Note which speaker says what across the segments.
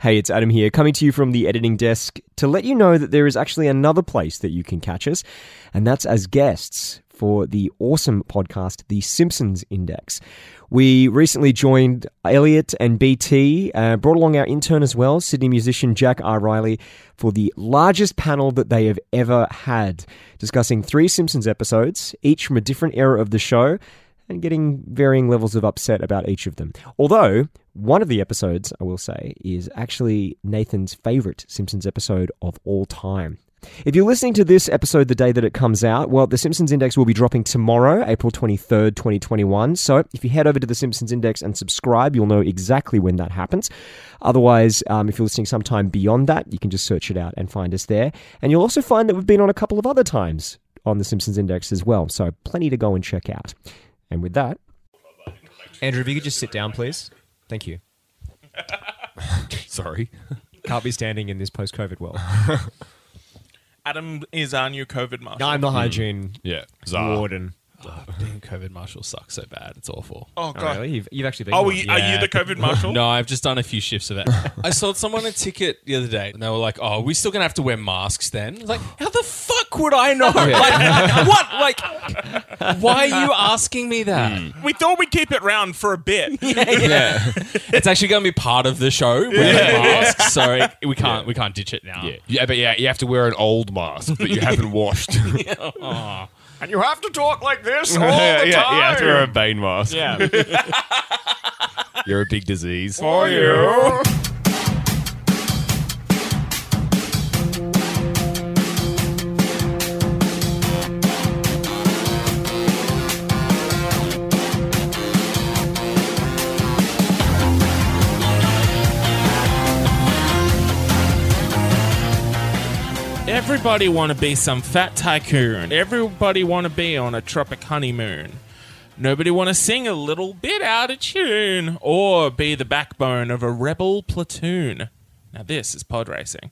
Speaker 1: Hey, it's Adam here, coming to you from the editing desk to let you know that there is actually another place that you can catch us, and that's as guests for the awesome podcast, The Simpsons Index. We recently joined Elliot and BT, uh, brought along our intern as well, Sydney musician Jack R. Riley, for the largest panel that they have ever had, discussing three Simpsons episodes, each from a different era of the show, and getting varying levels of upset about each of them. Although, one of the episodes, I will say, is actually Nathan's favorite Simpsons episode of all time. If you're listening to this episode the day that it comes out, well, the Simpsons Index will be dropping tomorrow, April 23rd, 2021. So if you head over to the Simpsons Index and subscribe, you'll know exactly when that happens. Otherwise, um, if you're listening sometime beyond that, you can just search it out and find us there. And you'll also find that we've been on a couple of other times on the Simpsons Index as well. So plenty to go and check out. And with that, Andrew, if you could just sit down, please. Thank you.
Speaker 2: Sorry.
Speaker 1: Can't be standing in this post-COVID world.
Speaker 3: Adam is our new COVID marshal.
Speaker 1: I'm the hygiene
Speaker 2: Yeah. Czar.
Speaker 1: warden.
Speaker 4: Oh, damn, COVID Marshall sucks so bad. It's awful.
Speaker 3: oh
Speaker 1: Oh,
Speaker 3: god.
Speaker 1: really? You've, you've actually been.
Speaker 3: Oh, are
Speaker 1: one.
Speaker 5: uh,
Speaker 3: you, are
Speaker 4: Yeah.
Speaker 3: you the COVID marshal?
Speaker 4: No, I've just done a few shifts of it. I sold someone a ticket the other day, and they were like, "Oh, are we still gonna have to wear masks then?" I was like, how the fuck would I know? Like, what? Like, why are you asking me that?
Speaker 3: We thought we'd keep it round for a bit.
Speaker 4: Yeah, it's actually gonna be part of the show. Wearing masks, so we can't we can't ditch it now.
Speaker 2: Yeah. yeah, but yeah, you have to wear an old mask that you haven't washed.
Speaker 6: And you have to talk like this all
Speaker 2: yeah,
Speaker 6: the
Speaker 2: yeah, you have to wear a
Speaker 6: time.
Speaker 2: Bane mask.
Speaker 4: Yeah.
Speaker 2: You're a big disease.
Speaker 6: For you.
Speaker 3: Everybody want to be some fat tycoon. Everybody want to be on a tropic honeymoon. Nobody want to sing a little bit out of tune or be the backbone of a rebel platoon. Now this is pod racing.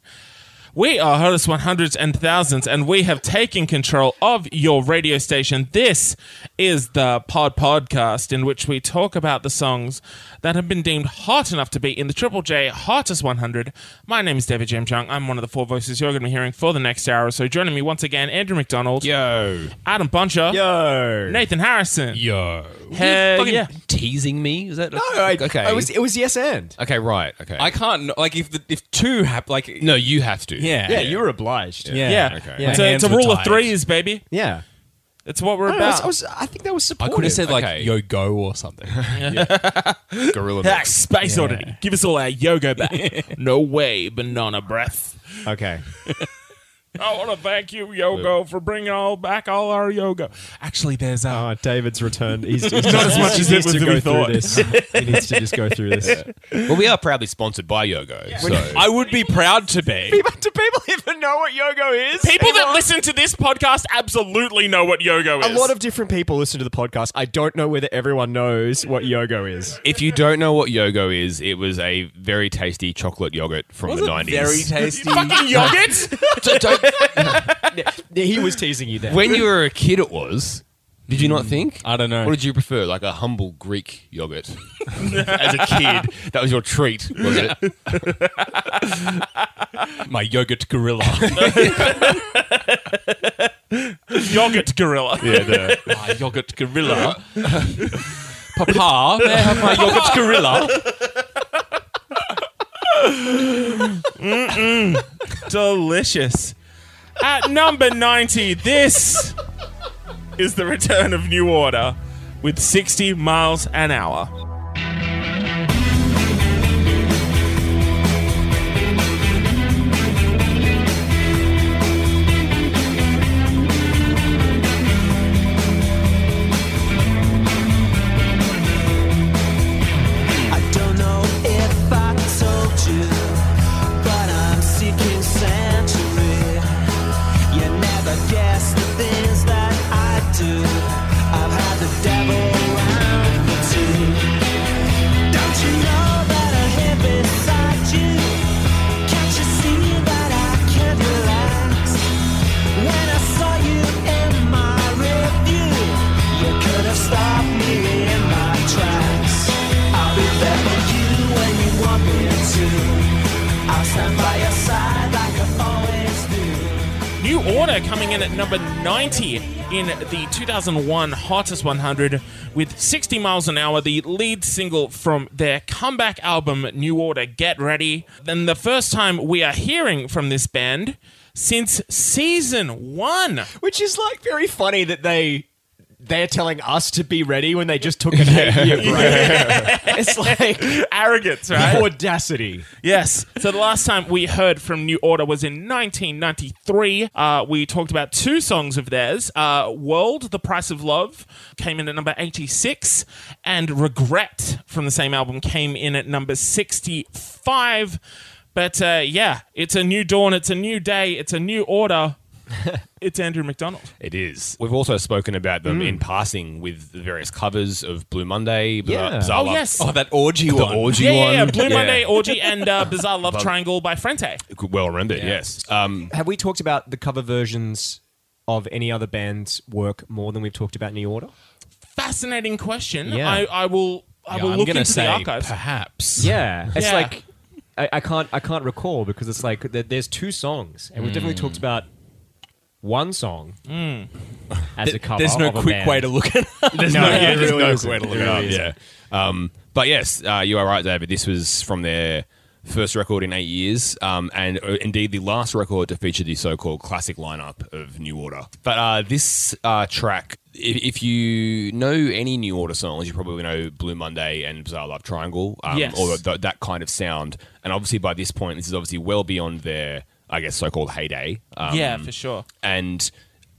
Speaker 3: We are hottest 100s and thousands, and we have taken control of your radio station. This is the Pod Podcast, in which we talk about the songs that have been deemed hot enough to be in the Triple J Hottest 100. My name is David Jam Jung. I'm one of the four voices you're going to be hearing for the next hour. or So joining me once again, Andrew McDonald,
Speaker 2: Yo.
Speaker 3: Adam Buncher,
Speaker 2: Yo.
Speaker 3: Nathan Harrison.
Speaker 2: Yo.
Speaker 3: Hell
Speaker 4: Fucking
Speaker 3: yeah.
Speaker 4: teasing me? Is that no? okay.
Speaker 1: I was, it was yes and.
Speaker 2: Okay, right. Okay.
Speaker 4: I can't kn- like if the, if two happen like
Speaker 2: no, you have to.
Speaker 4: yeah
Speaker 1: Yeah, you were obliged.
Speaker 4: yeah
Speaker 3: Yeah.
Speaker 4: My
Speaker 3: It's,
Speaker 2: okay.
Speaker 3: a, it's a
Speaker 4: hands were
Speaker 3: rule of
Speaker 4: tied.
Speaker 3: threes, baby.
Speaker 1: Yeah.
Speaker 3: It's what we're
Speaker 1: I, don't know, I
Speaker 3: about.
Speaker 1: was, I think that was
Speaker 4: I
Speaker 1: supportive.
Speaker 4: could have said like
Speaker 2: Okay.
Speaker 4: yo go or something.
Speaker 2: Gorilla
Speaker 3: Ah,
Speaker 2: mix.
Speaker 3: space oddity. Give us all our yoga back. no way, banana breath.
Speaker 1: okay.
Speaker 3: I want to thank you, Yogo, for bringing all back all our yoga. Actually, there's uh,
Speaker 1: Oh, David's return. He's, he's
Speaker 3: Not as much
Speaker 1: he
Speaker 3: as
Speaker 1: needs
Speaker 3: it was
Speaker 1: to
Speaker 3: that
Speaker 1: go
Speaker 3: we
Speaker 1: through
Speaker 3: thought.
Speaker 1: This. he needs to just go through this.
Speaker 2: well, we are proudly sponsored by Yogo. So.
Speaker 4: I would be proud to be.
Speaker 6: Do people even know what yoga is?
Speaker 3: people that listen to this podcast absolutely know what yoga
Speaker 1: A
Speaker 3: is.
Speaker 1: lot of different people listen to the podcast. I don't know whether everyone knows what yoga is.
Speaker 2: if you don't know what Yogo is, it was a very tasty chocolate yogurt from the 90s.
Speaker 4: tasty.
Speaker 3: fucking yogurt.
Speaker 1: He was teasing you there.
Speaker 2: when you were a kid, it was. Did you not think?
Speaker 4: I don't know.
Speaker 2: What did you prefer, like a humble Greek yogurt? As a kid, that was your treat, was it?
Speaker 4: My yogurt gorilla.
Speaker 3: yogurt gorilla.
Speaker 2: Yeah, the,
Speaker 4: my yogurt gorilla. Papa, may I have my yogurt gorilla?
Speaker 3: Delicious. At number 90, this is the return of New Order with 60 miles an hour.
Speaker 7: I don't know if I told you, but I'm seeking sanctuary. You never guess the things that I do. I've had the devil around for two.
Speaker 3: Water coming in at number 90 in the 2001 Hottest 100 with 60 miles an hour, the lead single from their comeback album New Order Get Ready. Then the first time we are hearing from this band since season one.
Speaker 5: Which is like very funny that they they're telling us to be ready when they just took an eight year break. It's like
Speaker 3: Arrogance, right?
Speaker 5: audacity.
Speaker 3: Yes. So the last time we heard from New Order was in 1993. Uh, we talked about two songs of theirs. Uh, World, The Price of Love, came in at number 86, and Regret from the same album came in at number 65. But uh, yeah, it's a new dawn, it's a new day, it's a new order. it's Andrew McDonald.
Speaker 2: It is. We've also spoken about them in passing with the various covers of Blue Monday, Bizarre,
Speaker 5: Yeah.
Speaker 2: Bizarre
Speaker 3: Oh,
Speaker 2: Love-
Speaker 3: yes.
Speaker 4: Oh, that orgy
Speaker 2: the
Speaker 4: one.
Speaker 2: orgy
Speaker 3: yeah,
Speaker 2: one.
Speaker 3: yeah, yeah. Blue
Speaker 2: Yeah.
Speaker 3: Monday, Orgy, and uh, Bizarre Love Triangle by Frente.
Speaker 2: Well remembered. Yes. Um,
Speaker 5: Have we talked about the cover versions of any other band's work more than we've talked about New Order?
Speaker 3: Fascinating question.
Speaker 5: Yeah.
Speaker 3: I, I will. I
Speaker 4: Yeah,
Speaker 3: will
Speaker 4: I'm
Speaker 3: look
Speaker 4: gonna
Speaker 3: into
Speaker 4: say
Speaker 3: the archives.
Speaker 4: Perhaps.
Speaker 5: Yeah, it's
Speaker 3: Yeah.
Speaker 5: like I, I can't I can't recall because it's like th- there's two songs and we've definitely talked about one song as a cover.
Speaker 4: There's no
Speaker 5: of a
Speaker 4: quick
Speaker 5: band.
Speaker 4: way to look at it.
Speaker 2: there's no, yeah, there's
Speaker 4: really
Speaker 2: no
Speaker 4: isn't.
Speaker 2: way to look
Speaker 4: It
Speaker 2: it up.
Speaker 4: really
Speaker 2: Yeah. Um, but yes, uh, you are right, David. This was from their first record in eight years, um, and uh, indeed the last record to feature the so-called classic lineup of New Order. But uh, this uh, track. If, if you know any New Order songs, you probably know Blue Monday and Bizarre Love Triangle, um,
Speaker 3: Yes.
Speaker 2: or th- that kind of sound. And obviously, by this point, this is obviously well beyond their, I guess, so-called heyday. Um,
Speaker 3: yeah, for sure.
Speaker 2: and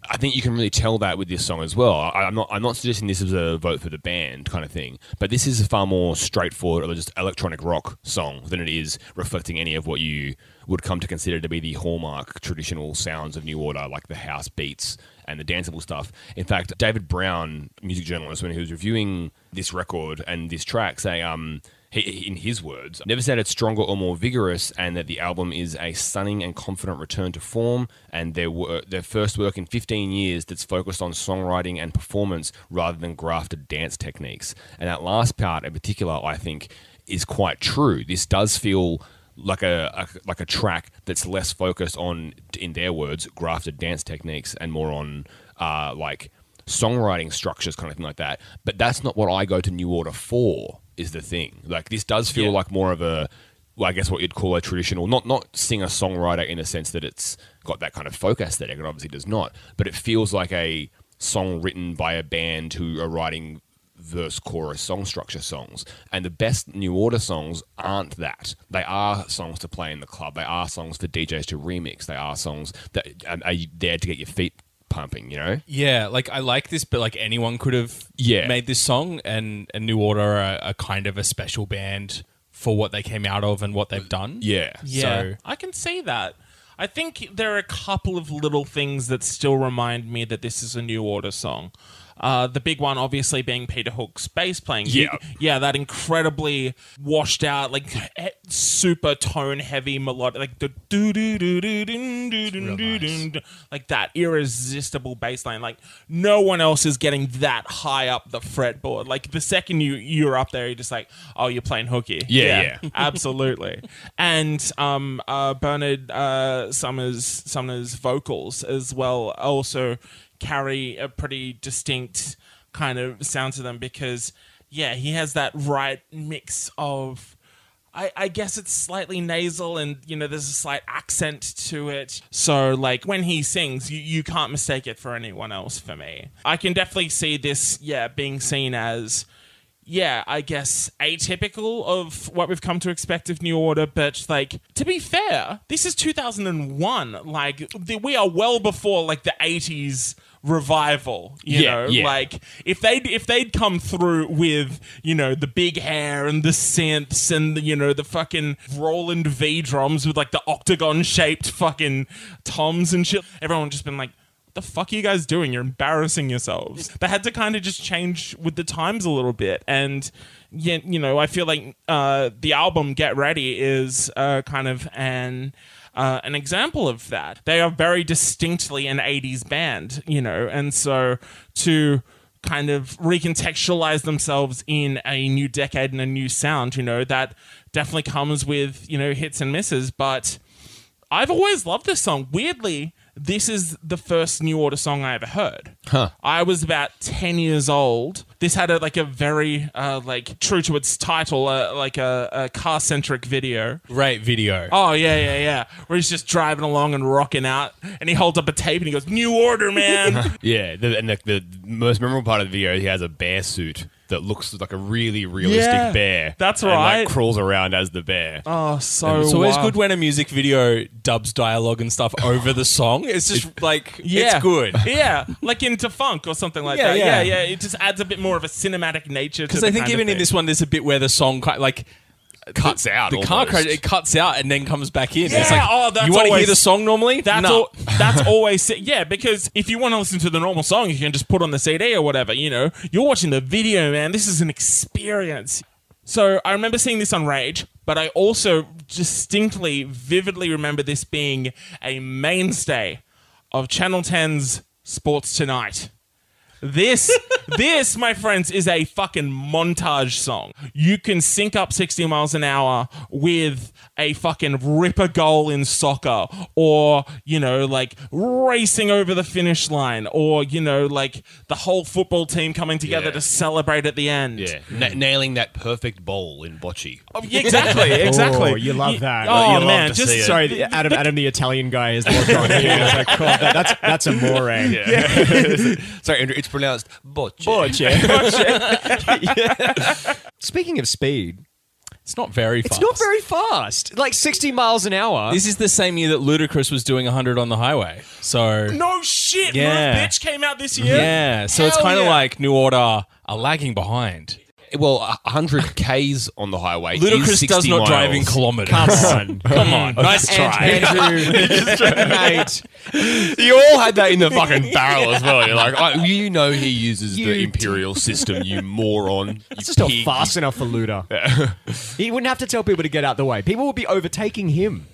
Speaker 2: I think you can really tell that with this song as well. I, I'm not I'm not suggesting this is a vote for the band kind of thing, but this is a far more straightforward or just electronic rock song than it is reflecting any of what you would come to consider to be the hallmark traditional sounds of New Order, like the house beats and the danceable stuff. In fact, David Brown, music journalist, when he was reviewing this record and this track, saying, um, he- he, in his words, never said it's stronger or more vigorous, and that the album is a stunning and confident return to form, and their wor- their first work in 15 years that's focused on songwriting and performance rather than grafted dance techniques. And that last part, in particular, I think, is quite true. This does feel like a, a like a track that's less focused on, in their words, grafted dance techniques, and more on uh, like songwriting structures, kind of thing like that. But that's not what I go to New Order for. Is the thing like this does feel like more of a, well, I guess what you'd call a traditional, not not singer songwriter in the sense that it's got that kind of folk aesthetic. It obviously does not, but it feels like a song written by a band who are writing verse chorus song structure songs and the best new order songs aren't that they are songs to play in the club they are songs for djs to remix they are songs that are, are there to get your feet pumping you know
Speaker 4: Yeah, like I like this, but like anyone could have
Speaker 2: Yeah.
Speaker 4: made this song, and, and New Order are, are kind of a special band for what they came out of and what they've done.
Speaker 2: yeah
Speaker 3: Yeah,
Speaker 4: So-
Speaker 3: I can see that. I think there are a couple of little things that still remind me that this is a New Order song. Uh, the big one, obviously, being Peter Hook's bass playing. You-
Speaker 2: Yeah.
Speaker 3: yeah, that incredibly washed out, like eh, super tone heavy melodic, like the do do do do do do do do, like that irresistible bass line. Like no one else is getting that high up the fretboard. Like the second you you're up there, you're just like, oh, you're playing hooky.
Speaker 2: Yeah, yeah.
Speaker 3: absolutely. And um, uh, Bernard uh, Summers Summers vocals as well also carry a pretty distinct kind of sound to them because yeah, he has that right mix of. I, I guess it's slightly nasal and you know there's a slight accent to it so like when he sings you, you can't mistake it for anyone else for me i can definitely see this yeah being seen as yeah, I guess atypical of what we've come to expect of New Order, but like to be fair, this is 2001. Like the, we are well before like the 80s revival. You
Speaker 2: Yeah,
Speaker 3: know,
Speaker 2: yeah.
Speaker 3: like if they'd if they'd come through with you know the big hair and the synths and the, you know the fucking Roland V drums with like the octagon shaped fucking toms and shit, everyone would just been like the fuck are you guys doing? You're embarrassing yourselves. They had to kind of just change with the times a little bit. And, yeah, you know, I feel like uh, the album Get Ready is uh, kind of an. Uh, an example of that. They are very distinctly an 80s band, you know, and so to kind of recontextualize themselves in a new decade and a new sound, you know, that definitely comes with, you know, hits and misses, but I've always loved this song. Weirdly, This is the first New Order song I ever heard. I was about 10 years old. This had a, like a very uh, like true to its title, uh, like a, a car centric video.
Speaker 4: Great video.
Speaker 3: Oh yeah, yeah, yeah. Where he's just driving along and rocking out, and he holds up a tape and he goes, "New Order, man."
Speaker 2: Yeah, the, and the, the most memorable part of the video, he has a bear suit that looks like a really realistic
Speaker 3: Yeah,
Speaker 2: bear.
Speaker 3: that's
Speaker 2: and,
Speaker 3: right.
Speaker 2: Like crawls around as the bear.
Speaker 3: oh, so
Speaker 4: It's always
Speaker 3: wild.
Speaker 4: good when a music video dubs dialogue and stuff over the song. It's just like
Speaker 3: Yeah,
Speaker 4: it's good.
Speaker 3: yeah, like into funk or something like
Speaker 4: Yeah,
Speaker 3: that.
Speaker 4: yeah.
Speaker 3: Yeah. yeah, It just adds a bit more of a cinematic nature.
Speaker 4: Because I think even in this one, there's a bit where the song kind like
Speaker 2: cuts out.
Speaker 4: the car
Speaker 2: almost.
Speaker 4: crash, it cuts out and then comes back in.
Speaker 3: Yeah,
Speaker 4: It's like,
Speaker 3: oh, that's
Speaker 4: you want to hear
Speaker 3: always-
Speaker 4: the song normally?
Speaker 3: That's
Speaker 4: Nah.
Speaker 3: all, that's always si- yeah because if you want to listen to the normal song you can just put on the CD or whatever you know you're watching the video man this is an experience so I remember seeing this on Rage but I also distinctly vividly remember this being a mainstay of Channel 10's Sports Tonight this, this, my friends, is a fucking montage song. You can sync up 60 miles an hour with a fucking ripper goal in soccer or, you know, like racing over the finish line or, you know, like the whole football team coming together
Speaker 2: Yeah.
Speaker 3: to celebrate at the end.
Speaker 2: Yeah, na- nailing that perfect bowl in bocce.
Speaker 3: Oh, yeah, exactly, exactly.
Speaker 8: Oh, you love
Speaker 3: Y-
Speaker 8: that.
Speaker 3: Oh,
Speaker 2: You love
Speaker 3: man,
Speaker 2: to
Speaker 3: just
Speaker 2: see it.
Speaker 8: Sorry, the- Adam. Adam, the Italian guy, is logged on here. It's like, cool, that- that's that's a more. Yeah.
Speaker 2: Sorry, Andrew, it's pronounced bocce.
Speaker 1: Speaking of speed,
Speaker 4: It's not very fast.
Speaker 1: it's not very fast. Like 60 miles an hour.
Speaker 4: This is the same year that Ludacris was doing 100 on the highway. So
Speaker 3: No shit,
Speaker 4: Yeah.
Speaker 3: Move Bitch came out this year.
Speaker 4: yeah, so it's
Speaker 3: Hell
Speaker 4: kind of
Speaker 3: yeah.
Speaker 4: like New Order are lagging behind.
Speaker 2: Well, a- 100 k's on the highway. is
Speaker 4: Ludacris does
Speaker 2: 60
Speaker 4: not
Speaker 2: miles.
Speaker 4: drive in kilometers. Come on, come on, nice try.
Speaker 1: mate,
Speaker 2: You all had that in the fucking barrel as well. You're like, I, you know, he uses the imperial system. You moron. You
Speaker 8: It's just not
Speaker 2: pig.
Speaker 8: fast enough for Luda.
Speaker 1: he wouldn't have to tell people to get out the way. People would be overtaking him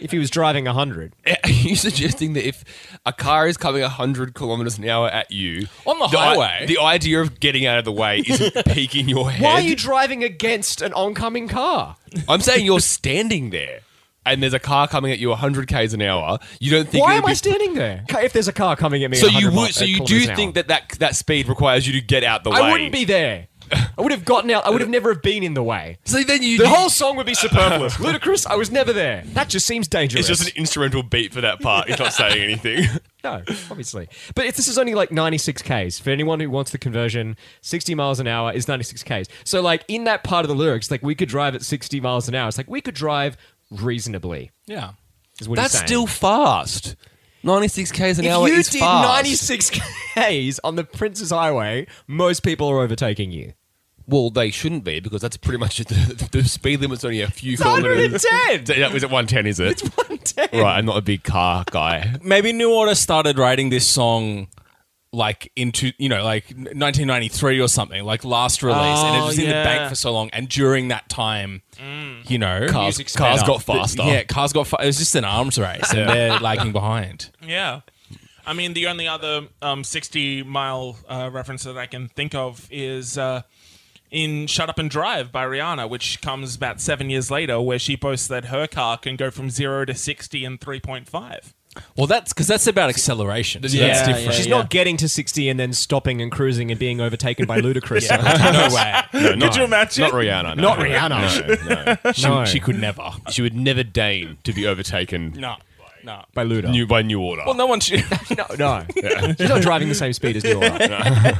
Speaker 1: if he was driving 100.
Speaker 2: Are you suggesting that if a car is coming 100 kilometers an hour at you
Speaker 4: On the
Speaker 2: i-
Speaker 4: highway?
Speaker 2: the idea of getting out of the way isn't peeking your head?
Speaker 1: Why are you driving against an oncoming car?
Speaker 2: I'm saying you're standing there, and there's a car coming at you 100 k's an hour. You don't think?
Speaker 1: Why
Speaker 2: it'd
Speaker 1: am
Speaker 2: be-
Speaker 1: I standing there? Ca- If there's a car coming at me,
Speaker 2: So
Speaker 1: at
Speaker 2: you
Speaker 1: 100
Speaker 2: would. So
Speaker 1: mi- uh,
Speaker 2: you do
Speaker 1: kilometers an
Speaker 2: think
Speaker 1: hour.
Speaker 2: that, that that speed requires you to get out the way?
Speaker 1: I wouldn't be there. I would have gotten out. I would have never have been in the way.
Speaker 2: So then you.
Speaker 1: The whole song would be superfluous. Ludicrous. I was never there. That just seems
Speaker 2: It's
Speaker 1: dangerous.
Speaker 2: just an instrumental beat for that part. It's not saying anything.
Speaker 1: No, obviously. But if this is only like 96 Ks, for anyone who wants the conversion, 60 miles an hour is 96 Ks. So, like, in that part of the lyrics, like, we could drive at 60 miles an hour. It's like, we could drive reasonably.
Speaker 4: Yeah,
Speaker 1: Is what
Speaker 2: That's
Speaker 1: he's saying.
Speaker 2: still fast. 96 k's an
Speaker 1: If
Speaker 2: hour
Speaker 1: you
Speaker 2: is
Speaker 1: did
Speaker 2: fast.
Speaker 1: 96 Ks on the Prince's Highway, most people are overtaking you.
Speaker 2: Well, they shouldn't be because that's pretty much the, the speed limit's only a few kilometers.
Speaker 1: 110!
Speaker 2: That was at 110, is
Speaker 1: It's
Speaker 2: it?
Speaker 1: 110!
Speaker 2: Right, I'm not a big car guy.
Speaker 4: maybe New Order started writing this song like into you know like 1993 or something, like last release, and it
Speaker 3: Oh,
Speaker 4: was in the
Speaker 3: yeah.
Speaker 4: bank for so long. And during that time, you know,
Speaker 2: Cars, cars got faster.
Speaker 4: Yeah, cars got. Fa- it was just an arms race, and they're lagging behind.
Speaker 3: Yeah. I mean, the only other um, 60 mile uh, reference that I can think of is uh, in Shut Up and Drive by Rihanna, which comes about seven years later, where she boasts that her car can go from zero to 60 in 3.5.
Speaker 4: Well, that's because that's about acceleration. So
Speaker 3: Yeah,
Speaker 4: that's
Speaker 3: yeah,
Speaker 4: different.
Speaker 1: She's not getting to 60 and then stopping and cruising and being overtaken by Ludacris.
Speaker 4: no way.
Speaker 2: No, no,
Speaker 3: Could you imagine?
Speaker 2: Not Rihanna. No.
Speaker 1: Not Rihanna.
Speaker 2: No, no.
Speaker 4: She, she could never.
Speaker 2: She would never deign to be overtaken
Speaker 4: No. No.
Speaker 1: By Luda.
Speaker 2: new by new order.
Speaker 4: Well, no one should.
Speaker 1: no, no. She's not driving the same speed as New Order.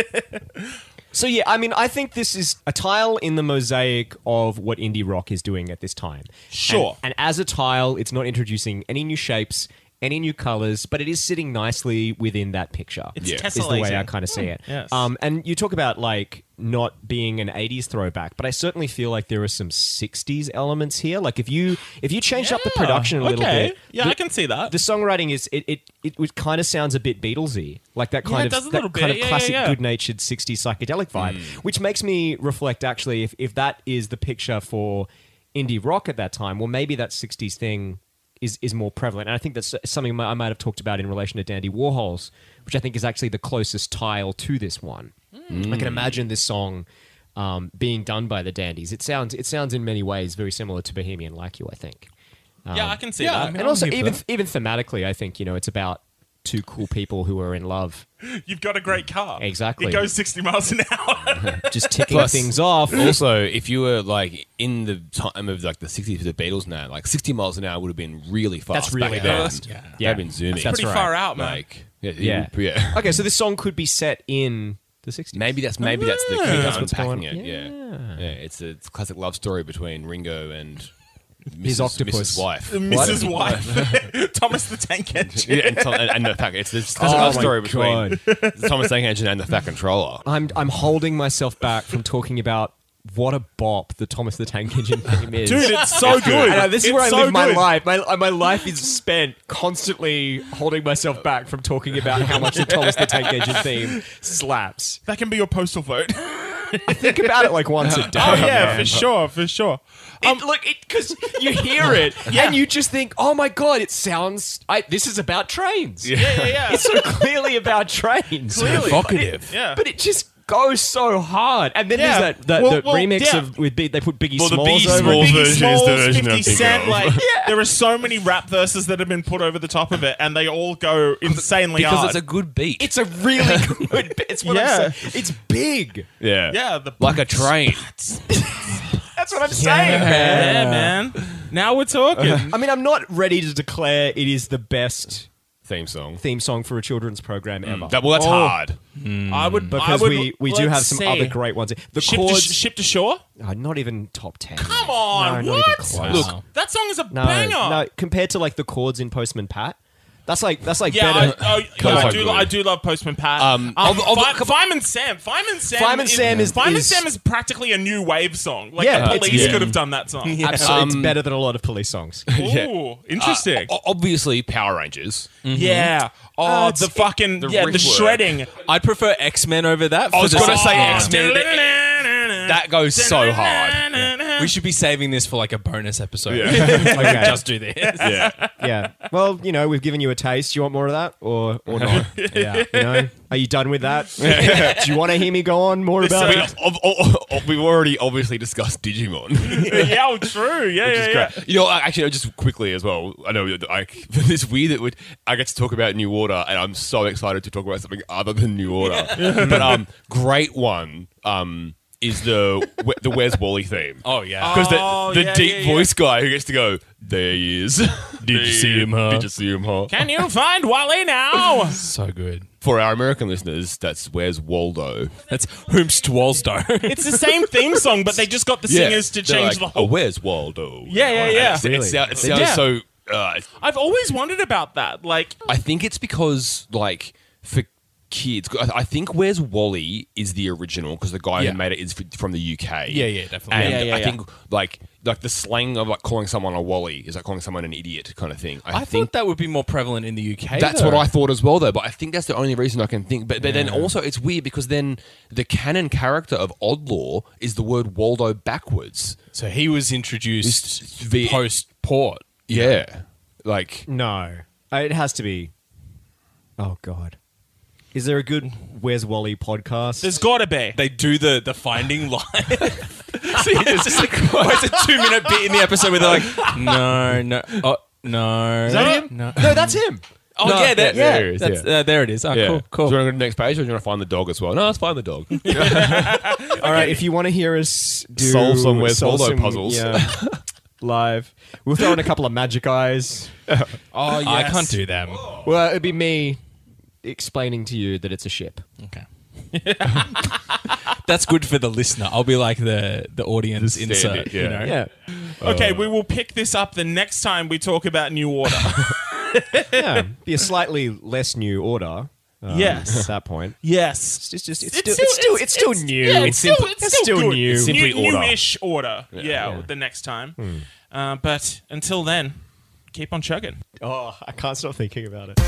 Speaker 1: so yeah, I mean, I think this is a tile in the mosaic of what indie rock is doing at this time.
Speaker 3: Sure.
Speaker 1: And, and as a tile, it's not introducing any new shapes, any new colors, but it is sitting nicely within that picture.
Speaker 3: It's
Speaker 2: Yeah.
Speaker 1: is the way I
Speaker 3: tessellating.
Speaker 1: kind of see it.
Speaker 3: yes.
Speaker 1: Um, and you talk about like not being an '80s throwback, but I certainly feel like there are some '60s elements here. Like if you if you changed up the production a little
Speaker 3: okay.
Speaker 1: bit,
Speaker 3: Yeah,
Speaker 1: the-
Speaker 3: I can see that.
Speaker 1: the songwriting is it it, it, it kind of sounds a bit Beatlesy, like that
Speaker 3: it
Speaker 1: kind
Speaker 3: does a
Speaker 1: of
Speaker 3: little
Speaker 1: that kind of
Speaker 3: bit. Yeah, yeah,
Speaker 1: classic
Speaker 3: yeah. Hmm.
Speaker 1: good-natured '60s psychedelic vibe, which makes me reflect actually if if that is the picture for indie rock at that time, well maybe that '60s thing is is more prevalent, and I think that's something I might have talked about in relation to Dandy Warhol's, which I think is actually the closest tile to this one.
Speaker 3: Hmm.
Speaker 1: I can imagine this song. Um, being done by the dandies, it sounds it sounds in many ways very similar to Bohemian Like You, I think.
Speaker 3: yeah, I can see
Speaker 4: yeah,
Speaker 3: that.
Speaker 4: I
Speaker 1: and
Speaker 4: mean-
Speaker 1: also
Speaker 4: here for
Speaker 1: even even thematically, I think you know it's about two cool people who are in love,
Speaker 3: You've got a great car.
Speaker 1: Exactly.
Speaker 3: It goes 60 miles an hour.
Speaker 1: just ticking
Speaker 2: Plus-
Speaker 1: things off.
Speaker 2: also, if you were like in the time of like the 60s for the Beatles now, like 60 miles an hour would have been really fast.
Speaker 1: That's really
Speaker 2: back then.
Speaker 1: fast.
Speaker 4: Yeah.
Speaker 2: That'd have been zooming.
Speaker 1: That's
Speaker 3: Pretty
Speaker 1: right.
Speaker 3: far out, man.
Speaker 2: like yeah,
Speaker 1: Yeah.
Speaker 2: yeah. yeah.
Speaker 1: Okay, so this song could be set in the 60s.
Speaker 2: Maybe that's maybe that's the key to
Speaker 1: Oh, what's
Speaker 2: unpacking
Speaker 1: going-
Speaker 2: it. Yeah.
Speaker 1: Yeah.
Speaker 2: yeah, it's a it's a classic love story between Ringo and Mrs.
Speaker 1: His octopus.
Speaker 2: Mrs. wife.
Speaker 3: Mrs. Wife. Thomas the Tank Engine.
Speaker 2: Yeah, and, Tom, and, and the fact it's this classic
Speaker 1: Oh
Speaker 2: love
Speaker 1: my Oh,
Speaker 2: story between Thomas the Tank Engine and the Fat Controller.
Speaker 1: I'm I'm holding myself back from talking about what a bop the Thomas the Tank Engine theme is.
Speaker 3: Dude, it's so good.
Speaker 1: I know, this is
Speaker 3: It's
Speaker 1: where I
Speaker 3: so
Speaker 1: live my
Speaker 3: good.
Speaker 1: life. My, uh, my life is spent constantly holding myself back from talking about how much the Thomas the Tank Engine theme slaps.
Speaker 3: That can be your postal vote. oh,
Speaker 1: Think about it like once a day.
Speaker 3: yeah, for sure, for sure.
Speaker 1: It,
Speaker 3: Um,
Speaker 1: look, because you hear it and you just think, "Oh my god, it sounds. I, this is about trains.
Speaker 3: Yeah, yeah, yeah.
Speaker 1: It's so clearly about trains. Clearly,
Speaker 2: Evocative.
Speaker 3: yeah.
Speaker 1: but it just goes so hard. And then
Speaker 3: Yeah.
Speaker 1: there's that, that
Speaker 3: Well,
Speaker 1: the
Speaker 3: well,
Speaker 1: remix
Speaker 3: yeah.
Speaker 1: of with B, they put Biggie
Speaker 2: Well, the
Speaker 1: Smalls
Speaker 2: Biggie
Speaker 1: over.
Speaker 2: Smalls-
Speaker 1: it.
Speaker 3: Biggie
Speaker 2: version of
Speaker 3: Smalls,
Speaker 2: the version
Speaker 3: 50
Speaker 2: I'm thinking
Speaker 3: Cent,
Speaker 2: of.
Speaker 3: like there are so many rap verses that have been put over the top of it, and they all go insanely
Speaker 2: Because
Speaker 3: hard.
Speaker 2: it's a good beat.
Speaker 1: It's a really good. bit. It's what
Speaker 3: Yeah.
Speaker 1: I'm saying. It's big.
Speaker 2: yeah.
Speaker 3: yeah, the
Speaker 2: Like a train.
Speaker 1: That's what I'm saying, man.
Speaker 3: yeah, man. Now we're talking.
Speaker 1: I mean, I'm not ready to declare it is the best
Speaker 2: Theme song.
Speaker 1: theme song for a children's program ever.
Speaker 2: That, well, that's
Speaker 3: Oh.
Speaker 2: hard.
Speaker 1: Mm.
Speaker 3: I would
Speaker 1: because
Speaker 3: I would-
Speaker 1: we, we do
Speaker 3: let's
Speaker 1: have some
Speaker 3: see.
Speaker 1: other great ones. The
Speaker 3: ship to,
Speaker 1: chords,
Speaker 3: sh- ship to shore.
Speaker 1: oh, not even top ten.
Speaker 3: Come on,
Speaker 1: No, not even
Speaker 3: what?
Speaker 1: close.
Speaker 4: Look,
Speaker 3: that song is a
Speaker 1: No,
Speaker 3: banger.
Speaker 1: no, compared to like the chords in Postman Pat, that's like that's like
Speaker 3: Yeah, I,
Speaker 1: better.
Speaker 3: oh,
Speaker 2: Come
Speaker 3: yeah, I
Speaker 2: on,
Speaker 3: do.
Speaker 2: Blue.
Speaker 3: I do love Postman Pat.
Speaker 2: Um,
Speaker 3: Um,
Speaker 2: of- of-
Speaker 3: Fi- Fireman Sam. Fireman Sam.
Speaker 1: Fireman Sam is-
Speaker 3: Fireman
Speaker 1: is-
Speaker 3: Sam is practically a new wave song. Like
Speaker 1: Yeah,
Speaker 3: the
Speaker 1: it's-
Speaker 3: police
Speaker 1: yeah.
Speaker 3: could have done that song.
Speaker 1: Absolutely, it's
Speaker 2: Um,
Speaker 1: better than a lot of police songs.
Speaker 3: Ooh, interesting.
Speaker 4: oh,
Speaker 2: O- obviously, Power Rangers.
Speaker 4: Mm.
Speaker 3: Yeah. Oh,
Speaker 1: it's-
Speaker 3: the fucking
Speaker 2: the
Speaker 3: yeah,
Speaker 2: riff
Speaker 3: the
Speaker 2: work.
Speaker 3: shredding.
Speaker 4: I'd prefer X Men over that.
Speaker 2: I
Speaker 4: for
Speaker 2: was
Speaker 4: the
Speaker 2: going to
Speaker 4: song.
Speaker 2: say X Men. That goes so hard.
Speaker 4: We should be saving this for like a bonus episode.
Speaker 1: Okay.
Speaker 4: Just do this.
Speaker 2: Yeah.
Speaker 1: yeah. Well, you know, we've given you a taste. Do you want more of that, or or not? yeah. You know, are you done with that? do you want to hear me go on more about
Speaker 2: We,
Speaker 1: it?
Speaker 2: ob- ob- ob- we've already obviously discussed Digimon.
Speaker 3: yeah, oh, true. Yeah, yeah, yeah.
Speaker 2: Great. You know, I- actually, just quickly as well. I know that I, it's weird that we- I get to talk about New Order, and I'm so excited to talk about something other than New Order. but um, great one um is the wh- the Where's Wally theme.
Speaker 4: Oh yeah.
Speaker 2: Because the,
Speaker 3: Oh,
Speaker 2: the
Speaker 3: yeah,
Speaker 2: deep
Speaker 3: yeah, yeah.
Speaker 2: voice guy who gets to go, there he is. Did you see him? Huh? Did you see him? Huh?
Speaker 3: Can you find Wally now?
Speaker 4: so good.
Speaker 2: For our American listeners, that's Where's Waldo.
Speaker 4: That's Hoomst Walsdo.
Speaker 3: it's the same theme song, but they just got the singers to
Speaker 2: They're
Speaker 3: change
Speaker 2: like,
Speaker 3: the
Speaker 2: Oh,
Speaker 3: whole.
Speaker 2: where's Waldo?
Speaker 3: Yeah, yeah, yeah.
Speaker 2: It's- It,
Speaker 1: Really?
Speaker 2: sou- it sounds
Speaker 3: Yeah.
Speaker 2: so. Uh, it's-
Speaker 3: I've always wondered about that. Like,
Speaker 2: I think it's because like for kids, I I think Where's Wally is the original because the guy
Speaker 4: Yeah.
Speaker 2: who made it is f- from the UK.
Speaker 4: Yeah, yeah, definitely.
Speaker 2: And
Speaker 3: Yeah, yeah,
Speaker 2: I
Speaker 3: yeah.
Speaker 2: think like like the slang of like calling someone a Wally is like calling someone an idiot kind of thing. I,
Speaker 4: I
Speaker 2: think
Speaker 4: thought that would be more prevalent in the UK.
Speaker 2: that's
Speaker 4: though.
Speaker 2: what I thought as well, though. But I think that's the only reason I can think. But, but then also, it's weird because then the canon character of Oddlaw is the word Waldo backwards.
Speaker 4: So he was introduced
Speaker 2: It's the-
Speaker 4: post port.
Speaker 2: Yeah, like
Speaker 1: No, Uh, it has to be. Oh God, is there a good Where's Wally podcast?
Speaker 3: there's gotta be.
Speaker 4: They do the the finding line. See, it's just like oh, it's a two minute bit in the episode where they're like, no, no, oh, no. Is
Speaker 1: that him?
Speaker 4: No.
Speaker 1: no, that's him.
Speaker 4: Oh
Speaker 2: No,
Speaker 4: yeah, that,
Speaker 2: yeah,
Speaker 4: yeah,
Speaker 2: there it is,
Speaker 4: that's,
Speaker 2: yeah.
Speaker 4: Uh, there it is. Oh,
Speaker 2: yeah.
Speaker 4: cool, cool.
Speaker 2: Do you want to go to the next page, or do you want to find the dog as well? No, let's find the dog.
Speaker 1: All right, if you want to hear us do
Speaker 2: Solve some Where's
Speaker 1: solve
Speaker 2: Waldo
Speaker 1: some-
Speaker 2: puzzles.
Speaker 1: yeah, live, we'll throw in a couple of magic eyes.
Speaker 3: Oh,
Speaker 4: I can't do them.
Speaker 1: Well, it'd be me explaining to you that it's a ship.
Speaker 4: Okay. That's good for the listener. I'll be like the the audience
Speaker 2: The standard,
Speaker 4: insert. You
Speaker 2: yeah.
Speaker 4: know,
Speaker 1: Yeah,
Speaker 3: Okay, we will pick this up the next time we talk about New Order.
Speaker 1: yeah, be a slightly less new order. um,
Speaker 3: Yes.
Speaker 1: at that point,
Speaker 3: yes.
Speaker 1: it's just it's, still, it's still it's still new.
Speaker 3: yeah,
Speaker 1: it's, simple- it's still
Speaker 3: good.
Speaker 1: new.
Speaker 3: New-
Speaker 2: Simply order.
Speaker 3: Newish order. Yeah, the next time. Uh, but until then, keep on chugging.
Speaker 1: Oh, I can't stop thinking about it.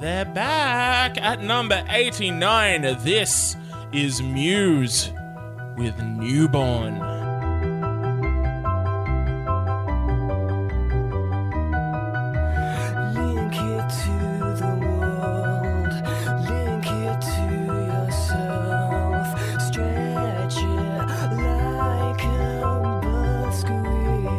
Speaker 3: They're back at number 89. This is Muse with Newborn.
Speaker 7: Link it to the world, link it to yourself, stretch it like a bird.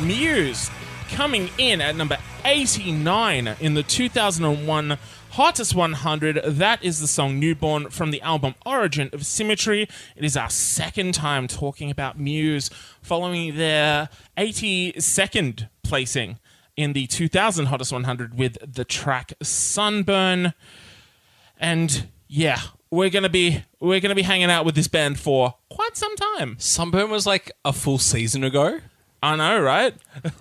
Speaker 3: Muse coming in at number 89 in the 2001 Hottest 100. That is the song Newborn from the album Origin of Symmetry. It is our second time talking about Muse following their 82nd placing in the 2000 Hottest 100 with the track Sunburn. And yeah, we're going to be we're going to be hanging out with this band for quite some time.
Speaker 4: Sunburn was like a full season ago.
Speaker 3: I know, right?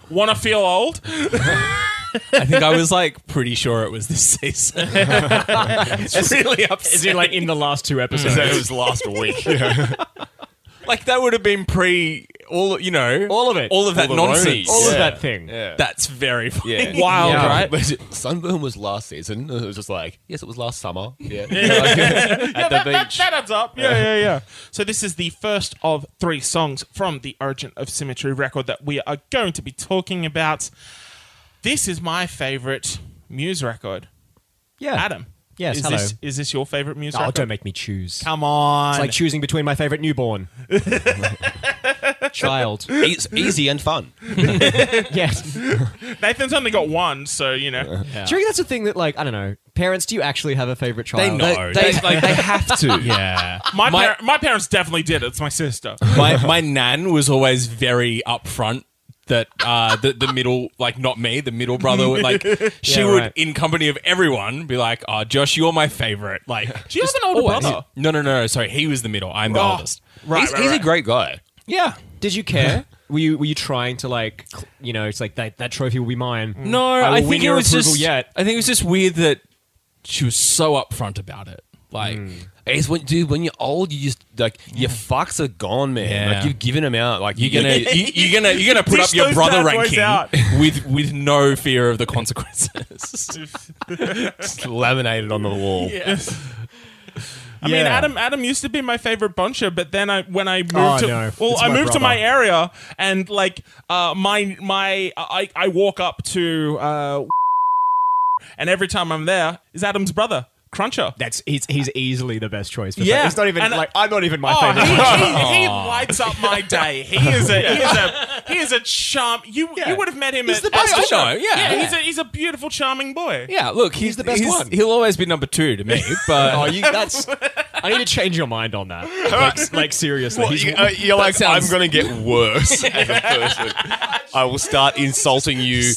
Speaker 3: Want to feel old?
Speaker 4: I think I was like pretty sure it was this season. it's really upsetting.
Speaker 1: Is it like in the last two episodes?
Speaker 2: That was last week.
Speaker 4: Like that would have been pre all you know
Speaker 1: All of it.
Speaker 4: all of that
Speaker 2: the
Speaker 4: nonsense.
Speaker 2: worries.
Speaker 1: All of
Speaker 2: Yeah.
Speaker 1: that thing.
Speaker 4: That's very funny.
Speaker 2: Yeah.
Speaker 3: Wild,
Speaker 1: Yeah.
Speaker 3: right?
Speaker 2: But Sunburn was last season. It was just like, yes, it was last summer. Yeah.
Speaker 3: yeah,
Speaker 2: At the
Speaker 3: that, that-
Speaker 2: beach.
Speaker 3: that adds up. Yeah, yeah, yeah. So this is the first of three songs from the Origin of Symmetry record that we are going to be talking about. This is my favorite Muse record.
Speaker 1: Yeah.
Speaker 3: Adam,
Speaker 1: Yes,
Speaker 3: is
Speaker 1: hello.
Speaker 3: this is this your favorite Muse
Speaker 1: Oh,
Speaker 3: record?
Speaker 1: don't make me choose.
Speaker 3: Come on.
Speaker 1: It's like choosing between my favorite newborn child.
Speaker 2: It's easy and fun.
Speaker 1: Yes.
Speaker 3: Nathan's only got one, so you know.
Speaker 1: Do you reckon that's a thing that, like, I don't know, parents? Do you actually have a favorite child?
Speaker 4: know.
Speaker 1: They,
Speaker 4: They-
Speaker 1: like, they have to.
Speaker 4: Yeah.
Speaker 3: My
Speaker 4: My-
Speaker 3: par- my parents definitely did. It's my sister.
Speaker 4: my my nan was always very upfront that uh the, the middle like not me the middle brother would, like she
Speaker 1: Yeah,
Speaker 4: would
Speaker 1: right.
Speaker 4: in company of everyone be like oh Josh you're my favorite like
Speaker 3: Do you have an older brother?
Speaker 4: no no no sorry he was the middle I'm the
Speaker 3: Oh,
Speaker 4: oldest
Speaker 3: Right,
Speaker 2: he's
Speaker 3: right,
Speaker 2: he's
Speaker 3: right.
Speaker 2: a great guy.
Speaker 1: Yeah. Did you care? were you Were you trying to like, cl- you know, it's like that that trophy will be mine.
Speaker 4: no
Speaker 1: I will
Speaker 4: I,
Speaker 1: win
Speaker 4: think it
Speaker 1: your
Speaker 4: was
Speaker 1: approval
Speaker 4: just
Speaker 1: yet.
Speaker 4: I think it was just weird that she was so upfront about it like
Speaker 2: It's when, dude, when you're old, you just like your fucks are gone, man.
Speaker 4: Yeah.
Speaker 2: Like you've given them out. Like
Speaker 4: you're gonna you, you're gonna you're gonna put
Speaker 3: Dish
Speaker 4: up your
Speaker 3: those
Speaker 4: brother
Speaker 3: bad boys
Speaker 4: ranking
Speaker 3: out.
Speaker 4: with with no fear of the consequences
Speaker 2: just laminate it on the wall.
Speaker 3: I mean,
Speaker 1: Yeah.
Speaker 3: Adam Adam used to be my favorite buncher, but then I when I moved
Speaker 1: Oh,
Speaker 3: to
Speaker 1: no.
Speaker 3: well,
Speaker 1: It's
Speaker 3: I
Speaker 1: my
Speaker 3: moved to
Speaker 1: brother.
Speaker 3: my area and like uh, my my I, I walk up to uh, and every time I'm there is Adam's brother Cruncher.
Speaker 1: That's he's he's easily the best choice. For
Speaker 3: Yeah,
Speaker 1: yeah, it's not even
Speaker 4: uh,
Speaker 3: and-
Speaker 1: like I'm not even my
Speaker 3: Oh, he,
Speaker 1: favorite.
Speaker 3: he, he lights up my day. He is a he is a he is a charm. You you would have met him. at,
Speaker 4: the best
Speaker 3: at-
Speaker 4: I know, yeah.
Speaker 3: he's a he's a beautiful, charming boy.
Speaker 4: yeah look he's,
Speaker 1: the best
Speaker 4: he's-
Speaker 1: one.
Speaker 4: he'll always be number two to me but
Speaker 1: Oh, you, that's. I need to change your mind on that. Like, like seriously,
Speaker 2: Well,
Speaker 1: He's-
Speaker 2: you, uh, you're like,
Speaker 4: sounds-
Speaker 2: I'm going to get worse as a person. I will start insulting you,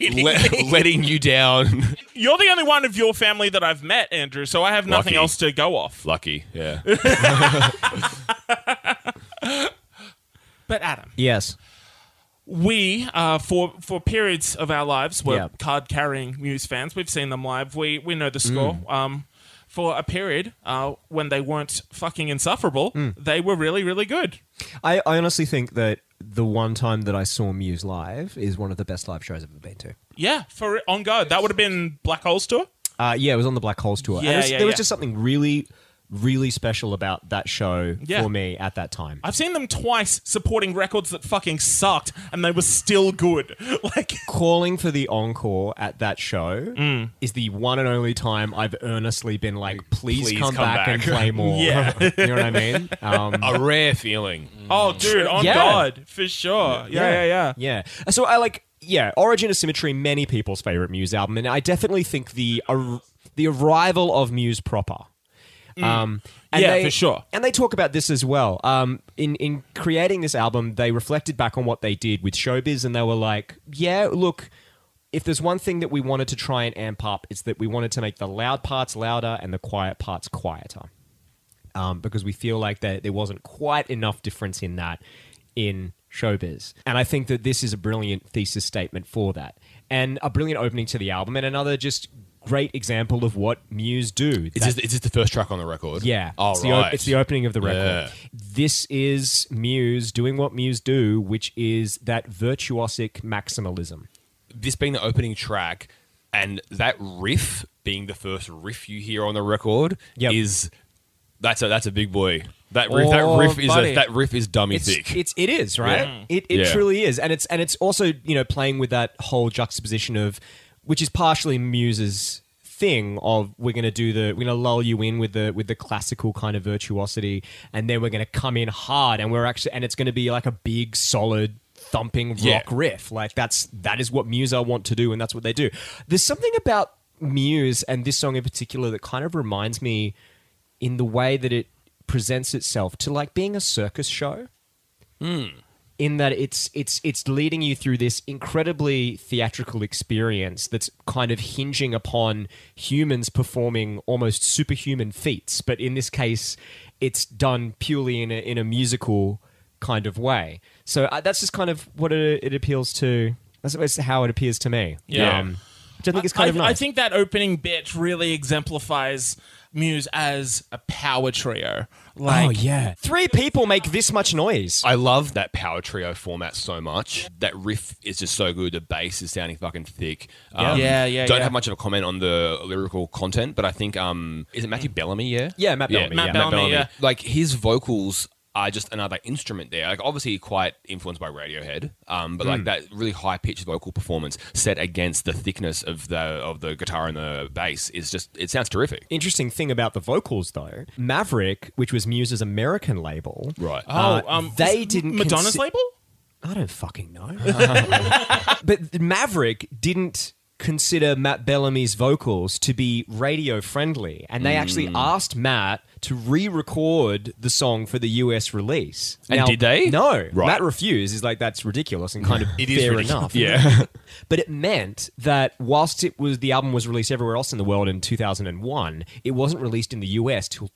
Speaker 2: le- letting you down.
Speaker 3: You're the only one of your family that I've met, Andrew. So I have nothing
Speaker 2: Lucky.
Speaker 3: else to go off.
Speaker 2: Lucky, yeah.
Speaker 3: But Adam.
Speaker 1: yes,
Speaker 3: we uh, for for periods of our lives were
Speaker 1: Yeah.
Speaker 3: card carrying Muse fans. We've seen them live. We we know the
Speaker 1: Mm.
Speaker 3: score. Um, for a period uh, when they weren't fucking insufferable,
Speaker 1: Mm.
Speaker 3: they were really really good.
Speaker 1: I, I honestly think that the one time that I saw Muse live is one of the best live shows I've ever been to.
Speaker 3: Yeah, for on God, that would have been Black Holes tour.
Speaker 1: Uh, yeah, it was on the Black Holes tour. And
Speaker 3: Yeah,
Speaker 1: it was-
Speaker 3: yeah,
Speaker 1: there was
Speaker 3: yeah.
Speaker 1: just something really, really special about that show
Speaker 3: Yeah.
Speaker 1: for me at that time.
Speaker 3: I've seen them twice supporting records that fucking sucked, and they were still good. Like
Speaker 1: Calling for the encore at that show is the one and only time I've earnestly been Mm. like, please,
Speaker 2: Please
Speaker 1: come,
Speaker 2: come
Speaker 1: back, and
Speaker 2: back.
Speaker 1: play more.
Speaker 3: Yeah.
Speaker 1: you know what I mean? Um,
Speaker 2: A rare feeling.
Speaker 3: oh, dude, on
Speaker 1: Yeah.
Speaker 3: God, for sure. yeah, yeah. yeah.
Speaker 1: Yeah. Uh, So I like yeah, Origin of Symmetry, many people's favorite Muse album, and I definitely think the ar- the arrival of Muse proper. Um, and
Speaker 3: Mm. Yeah,
Speaker 1: they-
Speaker 3: for sure.
Speaker 1: And they talk about this as well. Um, in in creating this album, they reflected back on what they did with Showbiz, and they were like, "Yeah, look." If there's one thing that we wanted to try and amp up, it's that we wanted to make the loud parts louder and the quiet parts quieter um, because we feel like that there wasn't quite enough difference in that in showbiz. And I think that this is a brilliant thesis statement for that, and a brilliant opening to the album, and another just great example of what Muse do. That-
Speaker 2: Is this, is this the first track on the record?
Speaker 1: yeah,
Speaker 2: Oh,
Speaker 1: it's, the
Speaker 2: right.
Speaker 1: op- it's the opening of the record.
Speaker 2: Yeah.
Speaker 1: This is Muse doing what Muse do, which is that virtuosic maximalism.
Speaker 2: this being the opening track and that riff being the first riff you hear on the record
Speaker 1: Yep.
Speaker 2: is that's a that's a big boy. That riff that
Speaker 1: Oh,
Speaker 2: riff is
Speaker 1: buddy.
Speaker 2: a, that riff is dummy
Speaker 1: it's,
Speaker 2: thick.
Speaker 1: It's it is right.
Speaker 2: Yeah.
Speaker 1: It it
Speaker 2: Yeah.
Speaker 1: truly is, and it's and it's also you know playing with that whole juxtaposition of, which is partially Muse's thing of we're going to do the we're going to lull you in with the with the classical kind of virtuosity, and then we're going to come in hard, and we're actually and it's going to be like a big solid thumping rock
Speaker 2: Yeah.
Speaker 1: riff. Like that's that is what Muse I want to do, and that's what they do. There's something about Muse and this song in particular that kind of reminds me in the way that it presents itself to like being a circus show in that it's it's it's leading you through this incredibly theatrical experience that's kind of hinging upon humans performing almost superhuman feats but in this case it's done purely in a, in a musical kind of way so uh, that's just kind of what it, it appeals to that's, that's how it appears to me Um,
Speaker 3: Yeah.
Speaker 1: which i think is kind
Speaker 3: I,
Speaker 1: of nice
Speaker 3: I think that opening bit really exemplifies Muse as a power trio. Like,
Speaker 1: oh yeah three people make this much noise
Speaker 2: I love that power trio format so much. That riff is just so good. The bass is sounding fucking thick. Um,
Speaker 3: Yeah, yeah,
Speaker 2: Don't
Speaker 3: yeah.
Speaker 2: have much of a comment on the lyrical content, but I think um, is it Matthew Bellamy? Yeah,
Speaker 1: Yeah, Matt Bellamy,
Speaker 3: Matt yeah. Bellamy, yeah.
Speaker 2: Like his vocals are just another instrument there. Like obviously quite influenced by Radiohead, um, but like that really high pitched vocal performance set against the thickness of the of the guitar and the bass is just it sounds terrific.
Speaker 1: interesting thing about the vocals though maverick which was muse's american label
Speaker 2: Right.
Speaker 1: Uh,
Speaker 3: oh, um,
Speaker 1: they
Speaker 3: is
Speaker 1: didn't
Speaker 3: Madonna's
Speaker 1: consi-
Speaker 3: label?
Speaker 1: I don't fucking know. but Maverick didn't consider Matt Bellamy's vocals to be radio friendly, and they actually
Speaker 2: Hmm.
Speaker 1: asked Matt to re-record the song for the US release.
Speaker 2: And did they?
Speaker 1: No,
Speaker 2: Right.
Speaker 1: Matt refused. He's like, "That's ridiculous," and kind of
Speaker 2: It is
Speaker 1: fair enough.
Speaker 2: ridiculous. Yeah.
Speaker 1: But it meant that whilst it was the album was released everywhere else in the world in 2001, it wasn't released in the US till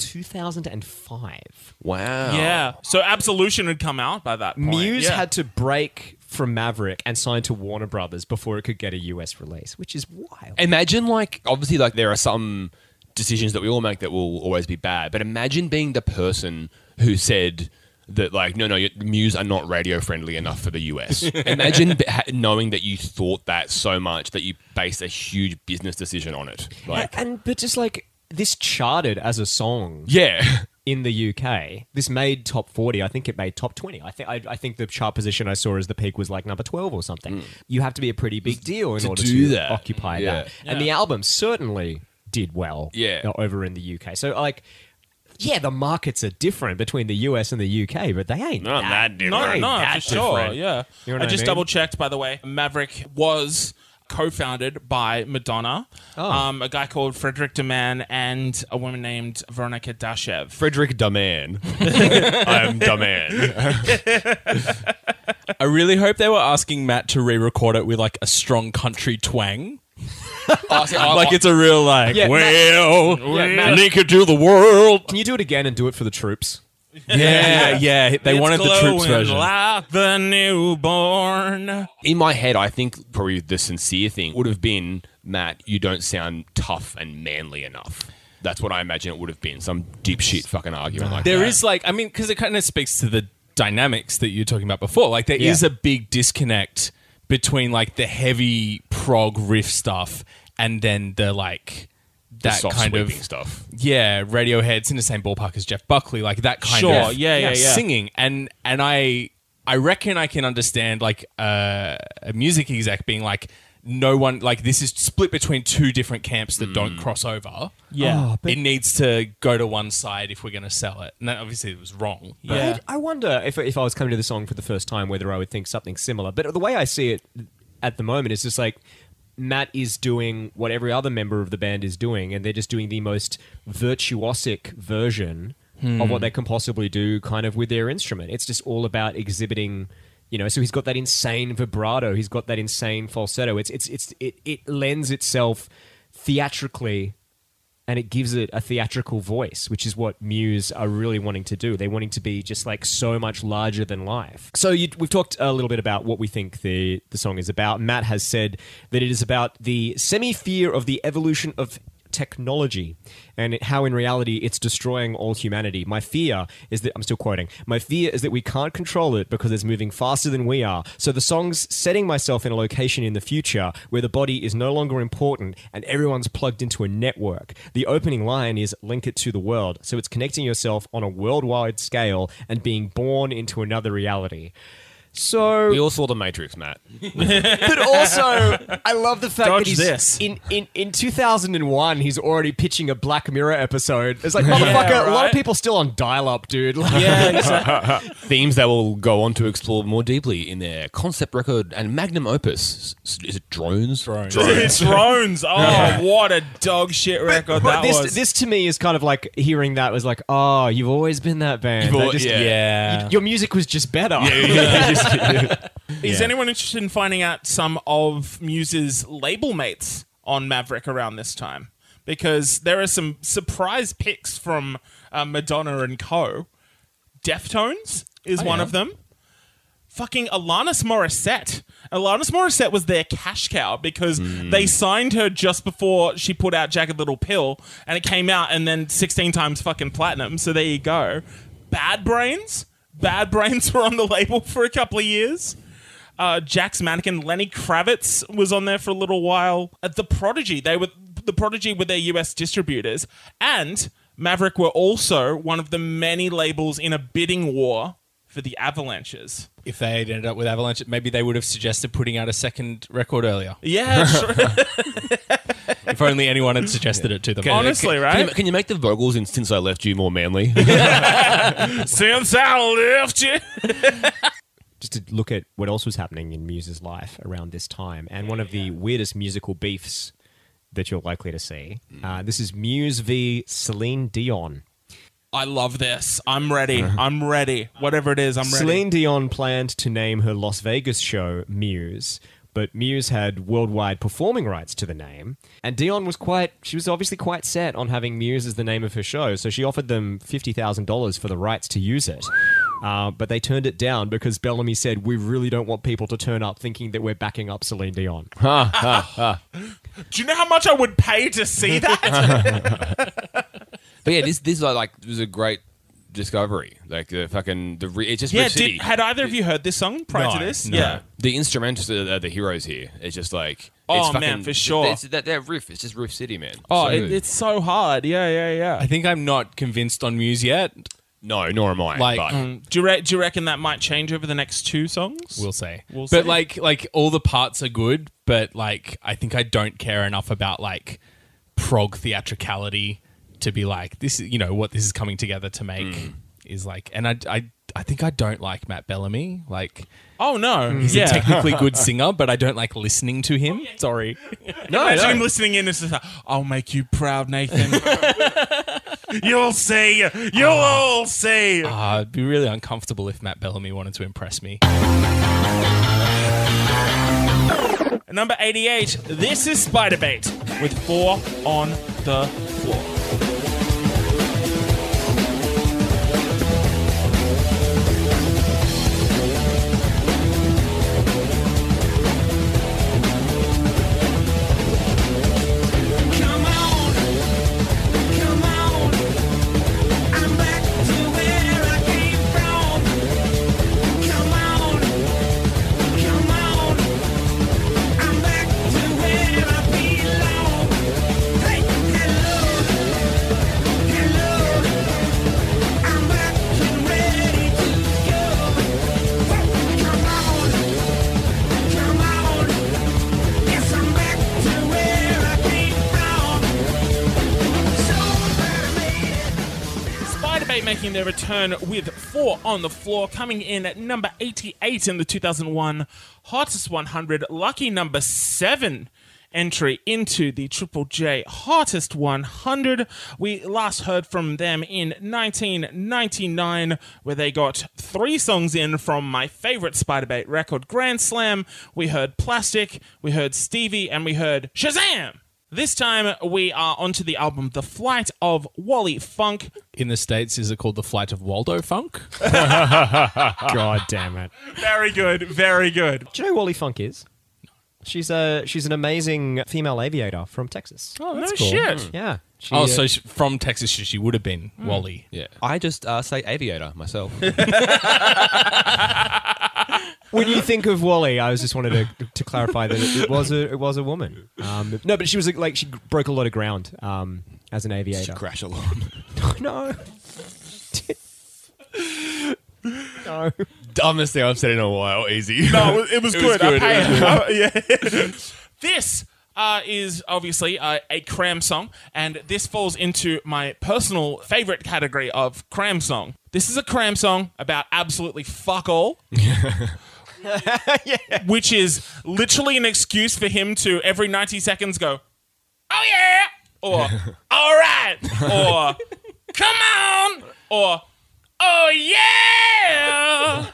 Speaker 1: 2005.
Speaker 2: wow.
Speaker 3: Yeah. So Absolution had come out by that point.
Speaker 1: Muse
Speaker 3: yeah.
Speaker 1: had to break from Maverick and sign to Warner Brothers before it could get a US release, which is wild.
Speaker 2: Imagine like obviously like there are some decisions that we all make that will always be bad, but imagine being the person who said that like no no your- Muse are not radio friendly enough for the US. imagine b- ha- knowing that you thought that so much that you based a huge business decision on it. Like
Speaker 1: and but just like this charted as a song
Speaker 2: yeah.
Speaker 1: in the UK. This made top 40. I think it made top 20. I think I, I think the chart position I saw as the peak was like number 12 or something. You have to be a pretty big deal in
Speaker 2: To
Speaker 1: order
Speaker 2: do
Speaker 1: to
Speaker 2: that.
Speaker 1: occupy
Speaker 2: Yeah.
Speaker 1: that. And the album certainly did well
Speaker 2: Yeah.
Speaker 1: uh, over in the UK. So like yeah, the markets are different between the US and the UK, but they ain't
Speaker 2: Not that different.
Speaker 3: No, no, for
Speaker 1: that
Speaker 3: sure.
Speaker 1: different.
Speaker 3: Yeah.
Speaker 1: You know what
Speaker 3: I
Speaker 1: I
Speaker 3: just
Speaker 1: mean?
Speaker 3: double checked, by the way. Maverick was co founded by Madonna,
Speaker 1: Oh.
Speaker 3: um, a guy called Frederick DeMann, and a woman named Veronica Dashev.
Speaker 2: Frederick Daman. I am Daman.
Speaker 4: I really hope they were asking Matt to re-record it with like a strong country twang. like it's a real like
Speaker 1: Yeah, Matt-
Speaker 4: well,
Speaker 1: Matt-
Speaker 4: link it to the world.
Speaker 1: Can you do it again and do it for the troops?
Speaker 4: Yeah, yeah. They
Speaker 3: It's
Speaker 4: wanted the troops
Speaker 3: glowing
Speaker 4: version.
Speaker 3: Like the newborn.
Speaker 2: in my head, I think probably the sincere thing would have been Matt, you don't sound tough and manly enough. That's what I imagine it would have been. Some deep shit fucking argument like
Speaker 4: There
Speaker 2: that.
Speaker 4: is like, I mean, because it kind of speaks to the dynamics that you're talking about before. Like, there is a big disconnect between like the heavy prog riff stuff and then the like
Speaker 2: The
Speaker 4: that
Speaker 2: soft
Speaker 4: kind of
Speaker 2: sweeping stuff.
Speaker 4: yeah Radiohead's in the same ballpark as Jeff Buckley, like that kind
Speaker 3: Sure,
Speaker 4: of
Speaker 3: yeah, yeah, yeah.
Speaker 4: singing. And and I I reckon I can understand like uh, a music exec being like. No one like this is split between two different camps that don't
Speaker 3: Mm.
Speaker 4: cross over
Speaker 1: Oh,
Speaker 3: Yeah.
Speaker 4: it needs to go to one side if we're going to sell it. And that obviously it was wrong. But
Speaker 3: yeah.
Speaker 1: I wonder if, if I was coming to the song for the first time whether I would think something similar. But the way I see it at the moment is just like Matt is doing what every other member of the band is doing, and they're just doing the most virtuosic version
Speaker 3: Hmm.
Speaker 1: of what they can possibly do kind of with their instrument. It's just all about exhibiting. You know, so he's got that insane vibrato. He's got that insane falsetto. It's it's it's it, it lends itself theatrically and it gives it a theatrical voice, which is what Muse are really wanting to do. They're wanting to be just like so much larger than life. So you, we've talked a little bit about what we think the the song is about. Matt has said that it is about the semi fear of the evolution of technology and it- how in reality it's destroying all humanity my fear is that i'm still quoting my fear is that we can't control it because it's moving faster than we are so the song's setting myself in a location in the future where the body is no longer important and everyone's plugged into a network the opening line is link it to the world so it's connecting yourself on a worldwide scale and being born into another reality
Speaker 5: So
Speaker 2: We all saw The Matrix, Matt.
Speaker 1: But also, I love the fact
Speaker 3: Dodge
Speaker 1: that he's
Speaker 3: this.
Speaker 1: in in in 2001. He's already pitching a Black Mirror episode. It's like motherfucker. A lot of
Speaker 3: right?
Speaker 1: people still on dial-up, dude. Like,
Speaker 3: Yeah, exactly.
Speaker 2: Themes that will go on to explore more deeply in their concept record and magnum opus. S- Is it drones? Drones.
Speaker 3: Drones. Oh, what a dog shit record
Speaker 1: But
Speaker 3: that
Speaker 1: this
Speaker 3: was.
Speaker 1: this to me is kind of like hearing that was like, oh, you've always been that band. They
Speaker 2: al-
Speaker 1: just-
Speaker 2: yeah.
Speaker 4: Yeah.
Speaker 1: Your music was just better.
Speaker 3: Is anyone interested in finding out some of Muse's label mates on Maverick around this time? Because there are some surprise picks from uh, Madonna and Co. Deftones is one of them. Fucking Alanis Morissette. Alanis Morissette was their cash cow because they signed her just before she put out Jagged Little Pill and it came out and then 16 times fucking platinum. So there you go. Bad Brains. Bad Brains were on the label for a couple of years uh, Jack's Mannequin, Lenny Kravitz was on there for a little while. Uh, the Prodigy, they were the Prodigy were their US distributors, and Maverick were also one of the many labels in a bidding war for the Avalanches.
Speaker 4: If they had ended up with Avalanche, maybe they would have suggested putting out a second record earlier.
Speaker 3: Yeah, sure.
Speaker 4: if only anyone had suggested it to them.
Speaker 3: honestly,
Speaker 2: Can
Speaker 3: right?
Speaker 2: you, can you make the vocals in Since I Left You more manly?
Speaker 3: Since I left you,
Speaker 1: just to look at what else was happening in Muse's life around this time. And one of the weirdest musical beefs that you're likely to see. Uh, this is Muse v Celine Dion.
Speaker 3: I love this. I'm ready. I'm ready. Whatever it is, I'm ready.
Speaker 1: Celine Dion planned to name her Las Vegas show Muse, but Muse had worldwide performing rights to the name. And Dion was quite, she was obviously quite set on having Muse as the name of her show, so she offered them $50,000 for the rights to use it. Uh, but they turned it down because Bellamy said, We really don't want people to turn up thinking that we're backing up Celine Dion.
Speaker 3: Do you know how much I would pay to see that?
Speaker 2: But yeah, this this is like was a great discovery. Like the fucking the re- it's just
Speaker 3: yeah.
Speaker 2: Rip City.
Speaker 3: Did, had either of you heard this song prior to
Speaker 4: No,
Speaker 3: this?
Speaker 4: no.
Speaker 3: Yeah.
Speaker 2: the instrumentals are, are the heroes here. It's just like
Speaker 3: Oh,
Speaker 2: it's
Speaker 3: man, for sure.
Speaker 2: It's, that that riff, it's just Riff City, man.
Speaker 3: Oh,
Speaker 2: So
Speaker 3: it,
Speaker 2: good.
Speaker 3: it's so hard. Yeah, yeah, yeah.
Speaker 4: I think I'm not convinced on Muse yet.
Speaker 2: no, nor am I.
Speaker 4: Like,
Speaker 2: but
Speaker 3: Do you, re- do you reckon that might change over the next two songs?
Speaker 4: We'll say.
Speaker 3: We'll
Speaker 4: but
Speaker 3: see.
Speaker 4: like like all the parts are good, but like I think I don't care enough about like prog theatricality to be like this is you know what this is coming together to make is like and I I I think I don't like Matt Bellamy. Like
Speaker 3: oh no!
Speaker 4: he's
Speaker 3: yeah.
Speaker 4: a technically good singer, but I don't like listening to him. Sorry.
Speaker 3: no, Imagine him listening in and says, "I'll make you proud, Nathan. you'll see. You'll all see."
Speaker 4: Uh, it'd be really uncomfortable if Matt Bellamy wanted to impress me.
Speaker 3: Number eighty-eight. This is Spider Bait with four on the floor.
Speaker 7: Come on, come on. I'm back to where I came from. Come on, come on. I'm back to where I belong. Hey, hello, hello. I'm back and ready to go. Come on, come on. Yes, I'm back to where I came from. So I made it.
Speaker 3: Spider Bait making their return with four on the floor, coming in at number 88 in the 2001 Hottest 100, lucky number seven entry into the Triple J Hottest 100. We last heard from them in 1999, where they got three songs in from my favorite Spider Bait record, Grand Slam. We heard Plastic, we heard Stevie, and we heard Shazam! This time we are onto the album The Flight of Wally Funk.
Speaker 4: In the States, is it called The Flight of Waldo Funk?
Speaker 1: God damn it.
Speaker 3: Very good, very good.
Speaker 1: Do you know who Wally Funk is? She's a she's an amazing female aviator from Texas.
Speaker 3: Oh, that's no shit.
Speaker 1: Yeah. She,
Speaker 4: Oh,
Speaker 1: uh,
Speaker 4: so she, from Texas, she she would have been Wally.
Speaker 2: yeah, I just uh, say aviator myself.
Speaker 1: when you think of Wally, I was just wanted to, to clarify that it, it was a it was a woman. Um, no, but she was like she broke a lot of ground um, as an aviator.
Speaker 2: Crash along.
Speaker 1: no. no.
Speaker 2: dumbest thing I've said in a while. Easy.
Speaker 3: No, it was, Oh, it was
Speaker 2: It was
Speaker 3: good. I
Speaker 2: good, it
Speaker 3: paid- yeah. this uh, is obviously uh, a cram song, and this falls into my personal favorite category of cram song. This is a cram song about absolutely fuck all. Which is literally an excuse for him to every 90 seconds go, oh yeah, or all right, or come on, or oh yeah.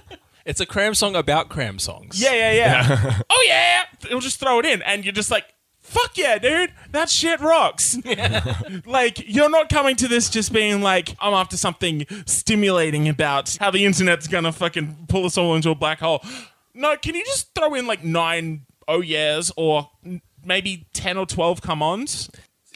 Speaker 4: It's a cram song about cram songs.
Speaker 3: Yeah, yeah, yeah. oh yeah, it'll just throw it in, and you're just like, "Fuck yeah, dude, that shit rocks." like you're not coming to this just being like, "I'm after something stimulating about how the internet's gonna fucking pull us all into a black hole." No, can you just throw in like nine oh yeahs or n- maybe ten or twelve come ons?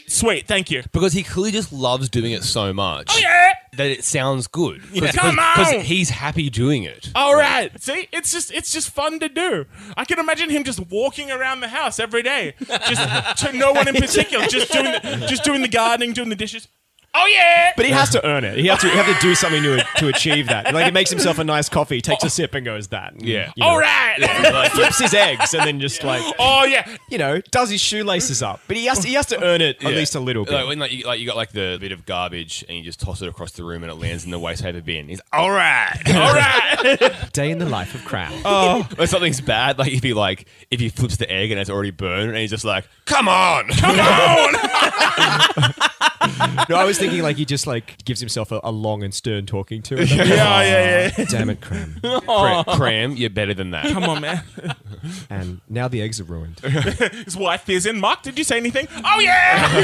Speaker 3: Sweet, thank you.
Speaker 2: Because he clearly just loves doing it so much
Speaker 3: Oh yeah.
Speaker 2: that it sounds good.
Speaker 3: Come on!
Speaker 2: Because he's happy doing it.
Speaker 3: All right. See, it's just it's just fun to do. I can imagine him just walking around the house every day, just to no one in particular, just doing the, just doing the gardening, doing the dishes. Oh yeah.
Speaker 1: But he has to earn it. He has to, he has to do something to, to achieve that. Like he makes himself a nice coffee, takes a sip, and goes that. And,
Speaker 2: Yeah.
Speaker 1: you know,
Speaker 3: All right.
Speaker 1: Flips his eggs and then just like
Speaker 3: oh yeah.
Speaker 1: you know does his shoelaces up. But he has to, he has to earn it at
Speaker 2: Yeah.
Speaker 1: least a little bit.
Speaker 2: Like when like you, like you got like the bit of garbage and you just toss it across the room and it lands in the waste paper bin. He's oh, all right.
Speaker 3: All right.
Speaker 1: Day in the life of Crown.
Speaker 2: when something's bad, like if he like if he flips the egg and it's already burned and he's just like, come on, come
Speaker 1: No, I was thinking like he just like gives himself a, a long and stern talking to.
Speaker 3: Yeah, yeah, yeah.
Speaker 1: Damn it, Cram.
Speaker 2: on, Cra- cram, you're better than that.
Speaker 3: Come on, man.
Speaker 1: And now the eggs are ruined.
Speaker 3: His wife is in. Mark, did you say anything? Oh yeah.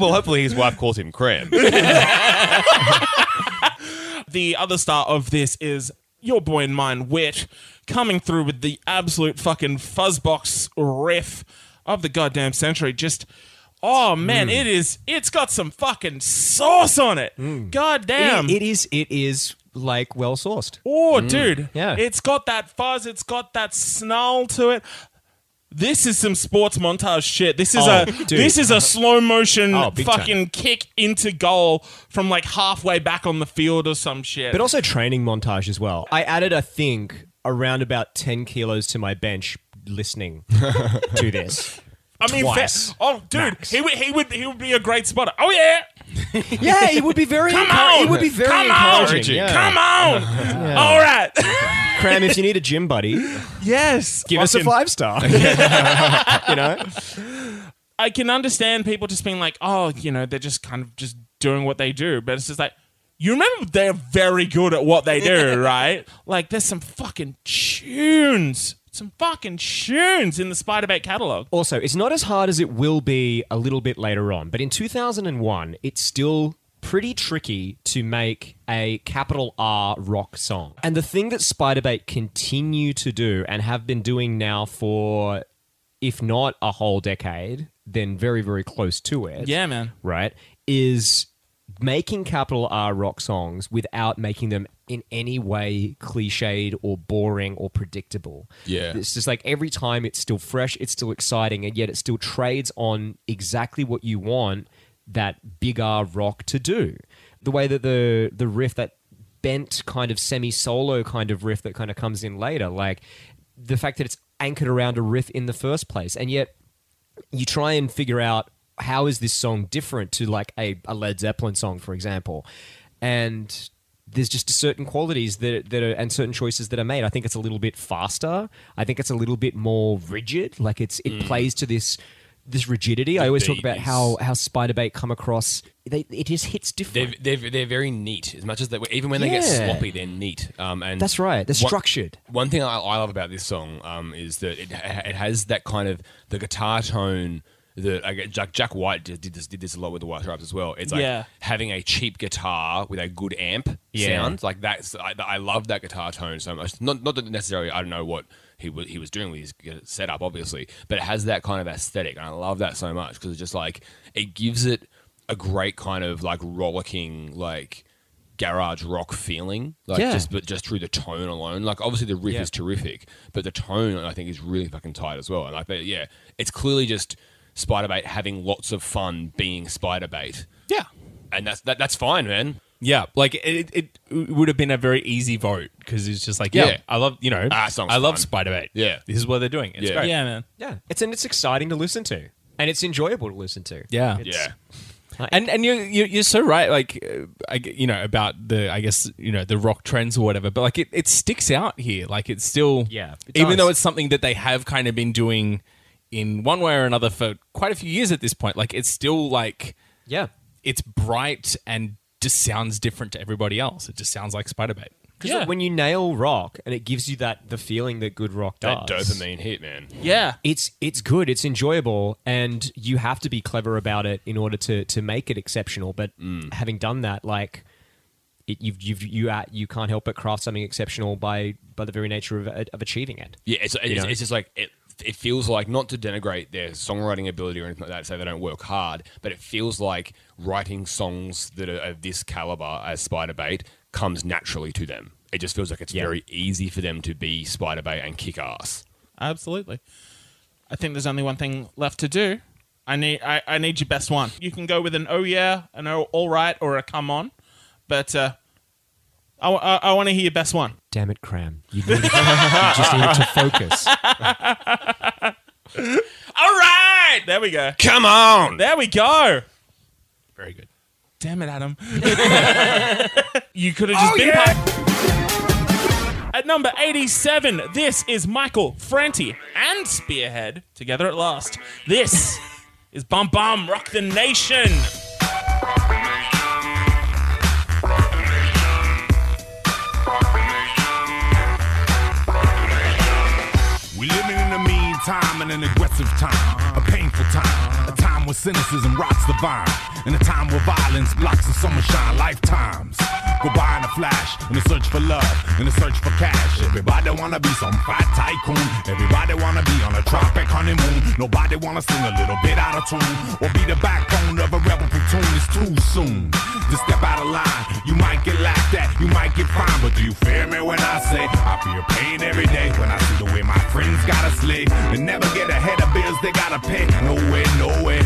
Speaker 2: well, hopefully his wife calls him cram.
Speaker 3: the other star of this is your boy and mine, Wit, coming through with the absolute fucking fuzzbox riff of the goddamn century. Just, oh man, it is. It's got some fucking sauce on it. God damn.
Speaker 1: it is it is like well sourced.
Speaker 3: oh, dude.
Speaker 1: Mm. yeah.
Speaker 3: It's got that fuzz. It's got that snarl to it. This is some sports montage shit. This is
Speaker 1: Oh,
Speaker 3: a
Speaker 1: dude.
Speaker 3: this is a slow motion
Speaker 1: Oh, big time.
Speaker 3: fucking kick into goal from like halfway back on the field or some shit.
Speaker 1: But also training montage as well. I added, I think, around about 10 kilos to my bench listening to this.
Speaker 3: I mean, fa-
Speaker 1: Twice.
Speaker 3: oh, dude,
Speaker 1: Max.
Speaker 3: he would he would he would be a great spotter. Oh yeah,
Speaker 1: Yeah, it would be very Come
Speaker 3: on!
Speaker 1: It would be very
Speaker 3: Come on!
Speaker 1: encouraging. yeah.
Speaker 3: come on, all right,
Speaker 1: Cram, if you need a gym buddy,
Speaker 3: yes.
Speaker 1: give us a
Speaker 3: Fucking-
Speaker 1: five star. you know?
Speaker 3: I can understand people just being like, oh, you know, they're just kind of just doing what they do, but it's just like. You remember they're very good at what they do, right? Like there's some fucking tunes, some fucking tunes in the Spider Bait catalog.
Speaker 1: Also, it's not as hard as it will be a little bit later on, but in 2001, it's still pretty tricky to make a capital R rock song. And the thing that Spiderbait continue to do and have been doing now for, if not a whole decade, then very, very close to it.
Speaker 3: Yeah, man.
Speaker 1: Right? Is making capital R rock songs without making them in any way cliched or boring or predictable.
Speaker 2: Yeah.
Speaker 1: It's just like every time it's still fresh, it's still exciting, and yet it still trades on exactly what you want that big R rock to do. The way that the the riff that bent kind of semi solo kind of riff that kind of comes in later, like the fact that it's anchored around a riff in the first place, and yet you try and figure out how is this song different to like a, a Led Zeppelin song, for example, and there's just certain qualities that that are and certain choices that are made. I think it's a little bit faster. I think it's a little bit more rigid. Like it's it plays to this this rigidity. I always talk about
Speaker 2: beat
Speaker 1: how how Spiderbait come across. They, it just hits
Speaker 2: They're,
Speaker 1: different.
Speaker 2: they're, they're very neat. As much as they, even when they get
Speaker 1: Yeah.
Speaker 2: sloppy, they're neat. Um, and
Speaker 1: That's right. They're
Speaker 2: What-
Speaker 1: structured.
Speaker 2: One thing I, I love about this song um, is that it, it has that kind of the guitar tone that I get, Jack, Jack White did, did this did this a lot with the White Stripes as well. It's like
Speaker 3: Yeah.
Speaker 2: having a cheap guitar with a good amp sound. Like that's I, I love that guitar tone so much. Not not that necessarily I don't know what he was he was doing with his g- setup obviously, but it has that kind of aesthetic and I love that so much because it's just like it gives it a great kind of like rollicking like garage rock feeling like
Speaker 1: Yeah.
Speaker 2: just but just through the tone alone like obviously the riff is terrific but the tone i think is really fucking tight as well and i bet yeah it's clearly just spiderbait having lots of fun being spiderbait
Speaker 3: Yeah.
Speaker 2: and that's that, that's fine man
Speaker 4: Yeah, like it, it, it would have been a very easy vote because it's just like, yeah,
Speaker 2: Yeah.
Speaker 4: I love you know,
Speaker 2: Ah, song's
Speaker 4: I love
Speaker 2: fun.
Speaker 4: Spider Bait.
Speaker 2: Yeah.
Speaker 4: this is what they're doing. It's
Speaker 2: Yeah.
Speaker 4: great.
Speaker 3: Yeah, man.
Speaker 1: Yeah, it's and it's exciting to listen to, and it's enjoyable to listen to.
Speaker 4: Yeah.
Speaker 2: Yeah.
Speaker 4: And and you're you're, you're so right. Like, uh, I g you know about the I guess you know the rock trends or whatever. But like it, it sticks out here. Like it's still
Speaker 1: Yeah, it
Speaker 4: even
Speaker 1: does.
Speaker 4: though it's something that they have kind of been doing in one way or another for quite a few years at this point. Like it's still like
Speaker 1: yeah.
Speaker 4: it's bright and just sounds different to everybody else. It just sounds like Spider Bait.
Speaker 1: Because when you nail rock and it gives you that the feeling that good rock does,
Speaker 2: That dopamine hit, man.
Speaker 3: Yeah.
Speaker 1: It's it's good, it's enjoyable, and you have to be clever about it in order to to make it exceptional. But
Speaker 4: Mm.
Speaker 1: having done that, like it, you've you've you uh, you can't help but craft something exceptional by by the very nature of uh, of achieving it.
Speaker 2: Yeah, it's, it's,
Speaker 1: know?
Speaker 2: it's just like it. It feels like not to denigrate their songwriting ability or anything like that, say they don't work hard, but it feels like writing songs that are of this caliber as Spider Bait comes naturally to them. It just feels like it's very easy for them to be Spider Bait and kick ass.
Speaker 3: Absolutely. I think there's only one thing left to do. I need I, I need your best one. You can go with an oh yeah, an oh all right, or a come on, but uh, I, want to hear your best one.
Speaker 1: Damn it, Cram! You, need, you just need to focus.
Speaker 3: All right, there we go.
Speaker 2: Come on!
Speaker 3: There we go.
Speaker 4: Very good.
Speaker 3: Damn it, Adam. you could have just
Speaker 2: Oh,
Speaker 3: been part- At number 87, this is Michael, Franti, and Spearhead together at last. This is Bum Bum Rock the Nation.
Speaker 9: We living in a mean time and an aggressive time, a painful time, a time where cynicism rots the vine, and a time where violence blocks the summer shine. Lifetimes go by in a flash, in a search for love, in a search for cash. Everybody wanna be some fat tycoon. Everybody wanna be on a tropic honeymoon. Nobody wanna sing a little bit out of tune or be the backbone of a rebel platoon. It's too soon to step out of line. You might get laughed at, you might get fined, but do you fear me when I say I feel pain every day when I see the way my friends gotta slay and never get ahead of bills they gotta pay. No way, no way.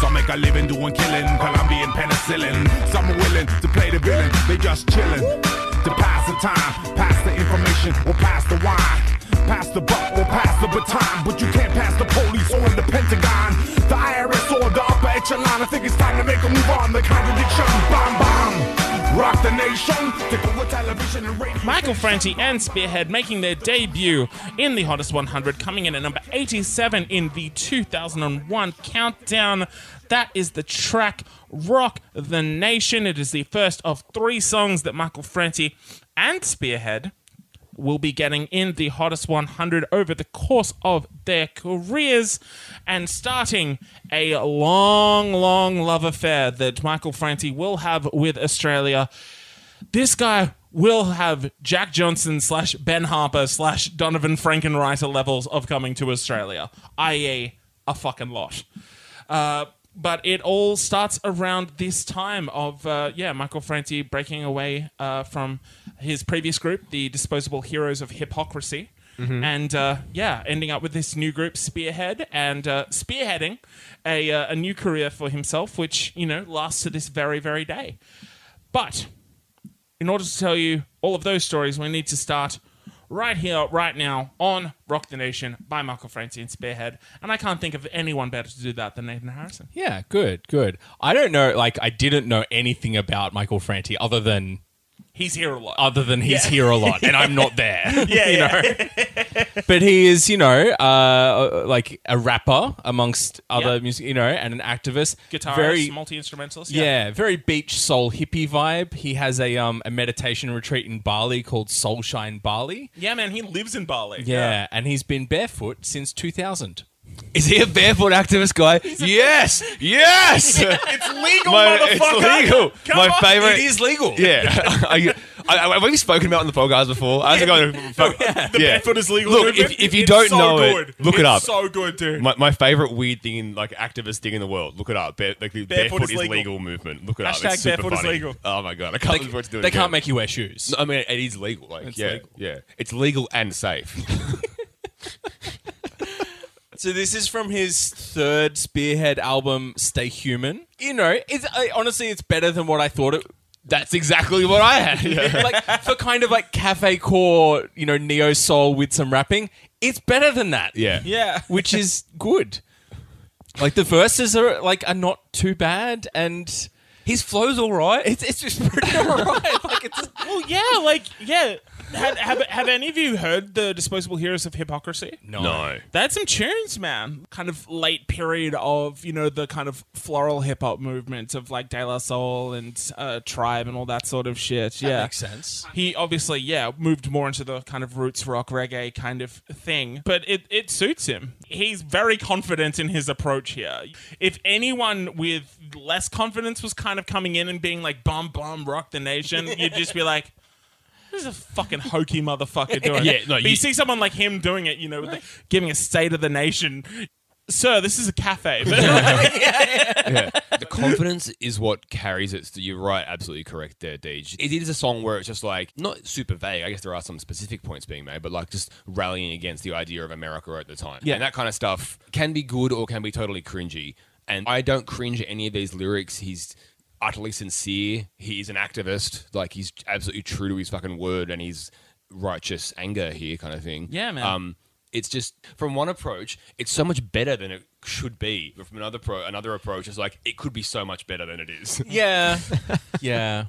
Speaker 9: Some make a living doing killing, Colombian penicillin. Some are willing to play the villain, they just chilling to pass the time, pass the information, or pass the wine. Pass the buck or pass the baton, but you can't pass the police or the Pentagon, the IRS or the upper echelon. I think it's time to make a move on the contradiction. Bomb bomb, rock the nation, take over television and radio.
Speaker 3: Michael Franti and Spearhead making their debut in the Hottest 100, coming in at number 87 in the 2001 countdown. That is the track Rock the Nation. It is the first of three songs that Michael Franti and Spearhead will be getting in the Hottest 100 over the course of their careers and starting a long, long love affair that Michael Franti will have with Australia this guy will have Jack Johnson slash Ben Harper slash Donovan Frankenreiter levels of coming to Australia, i.e., a fucking lot. Uh, but it all starts around this time of uh, yeah, Michael Franti breaking away uh, from his previous group, the Disposable Heroes of Hypocrisy. And uh, yeah, ending up with this new group, Spearhead, and uh, spearheading a, uh, a new career for himself, which, you know, lasts to this very, very day. But in order to tell you all of those stories, we need to start right here, right now, on Rock the Nation by Michael Franti and Spearhead. And I can't think of anyone better to do that than Nathan Harrison.
Speaker 4: Yeah, good, good. I don't know. Like, I didn't know anything about Michael Franti other than
Speaker 3: He's here a lot.
Speaker 4: other than he's here a lot and I'm not there.
Speaker 3: yeah, yeah.
Speaker 4: but he is, you know, uh, like a rapper amongst other
Speaker 3: Yeah.
Speaker 4: music, you know, and an activist.
Speaker 3: Guitarist,
Speaker 4: very,
Speaker 3: multi instrumentalist.
Speaker 4: yeah. very beach soul hippie vibe. He has a um a meditation retreat in Bali called Soulshine Bali.
Speaker 3: Yeah, man, he lives in Bali.
Speaker 4: Yeah, and he's been barefoot since 2000.
Speaker 2: Is he a barefoot activist guy? yes! Yes!
Speaker 3: It's legal,
Speaker 2: My- it's
Speaker 3: motherfucker.
Speaker 2: legal.
Speaker 3: Come
Speaker 2: My
Speaker 3: on.
Speaker 4: It
Speaker 2: favorite-
Speaker 4: is legal.
Speaker 2: Yeah, I, I, have we spoken about it on the podcast before? I was going, fuck, yeah.
Speaker 3: Barefoot is legal.
Speaker 2: Look,
Speaker 3: movement.
Speaker 2: if, if you
Speaker 3: It's
Speaker 2: don't
Speaker 3: so
Speaker 2: know
Speaker 3: good.
Speaker 2: it, look it
Speaker 3: It's
Speaker 2: up.
Speaker 3: so good, dude.
Speaker 2: my, my favorite weird thing in like activist thing in the world. Look it up. Bare, like, the
Speaker 3: Barefoot
Speaker 2: barefoot,
Speaker 3: is
Speaker 2: is
Speaker 3: legal.
Speaker 2: legal. movement. Look it up.
Speaker 3: Hashtag
Speaker 2: It's super
Speaker 3: barefoot is
Speaker 2: funny.
Speaker 3: legal.
Speaker 2: Oh my god, I can't
Speaker 4: They,
Speaker 2: believe what to do.
Speaker 4: they can't make you wear shoes.
Speaker 2: I mean, it is legal. Like,
Speaker 4: It's
Speaker 2: yeah,
Speaker 4: legal.
Speaker 2: yeah, it's legal and safe.
Speaker 4: So this is from his third Spearhead album, Stay Human. You know, it's I, honestly it's better than what I thought it
Speaker 2: That's exactly what I had.
Speaker 4: like for kind of like cafe core, you know, neo soul with some rapping, it's better than that.
Speaker 2: Yeah.
Speaker 3: Yeah.
Speaker 4: Which is good. Like the verses are like are not too bad and his flow's all right. It's, it's just pretty all right. Like it's
Speaker 3: Well, yeah, like yeah. Have, have, have any of you heard the Disposable Heroes of Hypocrisy?
Speaker 2: No.
Speaker 3: That's some tunes, man. Kind of late period of, you know, the kind of floral hip hop movement of like De La Soul and uh, Tribe and all that sort of shit. yeah.
Speaker 4: makes sense.
Speaker 3: He obviously, yeah, moved more into the kind of roots rock reggae kind of thing, but it, it suits him. He's very confident in his approach here. If anyone with less confidence was kind of coming in and being like, bum, bum, rock the nation, you'd just be like, this is a fucking hokey motherfucker doing it.
Speaker 2: Yeah, no,
Speaker 3: but you,
Speaker 2: you-
Speaker 3: see someone like him doing it, you know, with the, giving a state of the nation. Sir, this is a cafe.
Speaker 2: The confidence is what carries it. So You're right, absolutely correct there, Deej. It is a song where it's just like not super vague. I guess there are some specific points being made, but like just rallying against the idea of America at the time. Yeah, and that kind of stuff can be good or can be totally cringy. And I don't cringe at any of these lyrics. He's utterly sincere. He's an activist. Like he's absolutely true to his fucking word and his righteous anger here, kind of thing.
Speaker 3: Yeah, man.
Speaker 2: Um, it's just from one approach, it's so much better than it should be. But from another pro, another approach, it's like it could be so much better than it is.
Speaker 4: Yeah. yeah.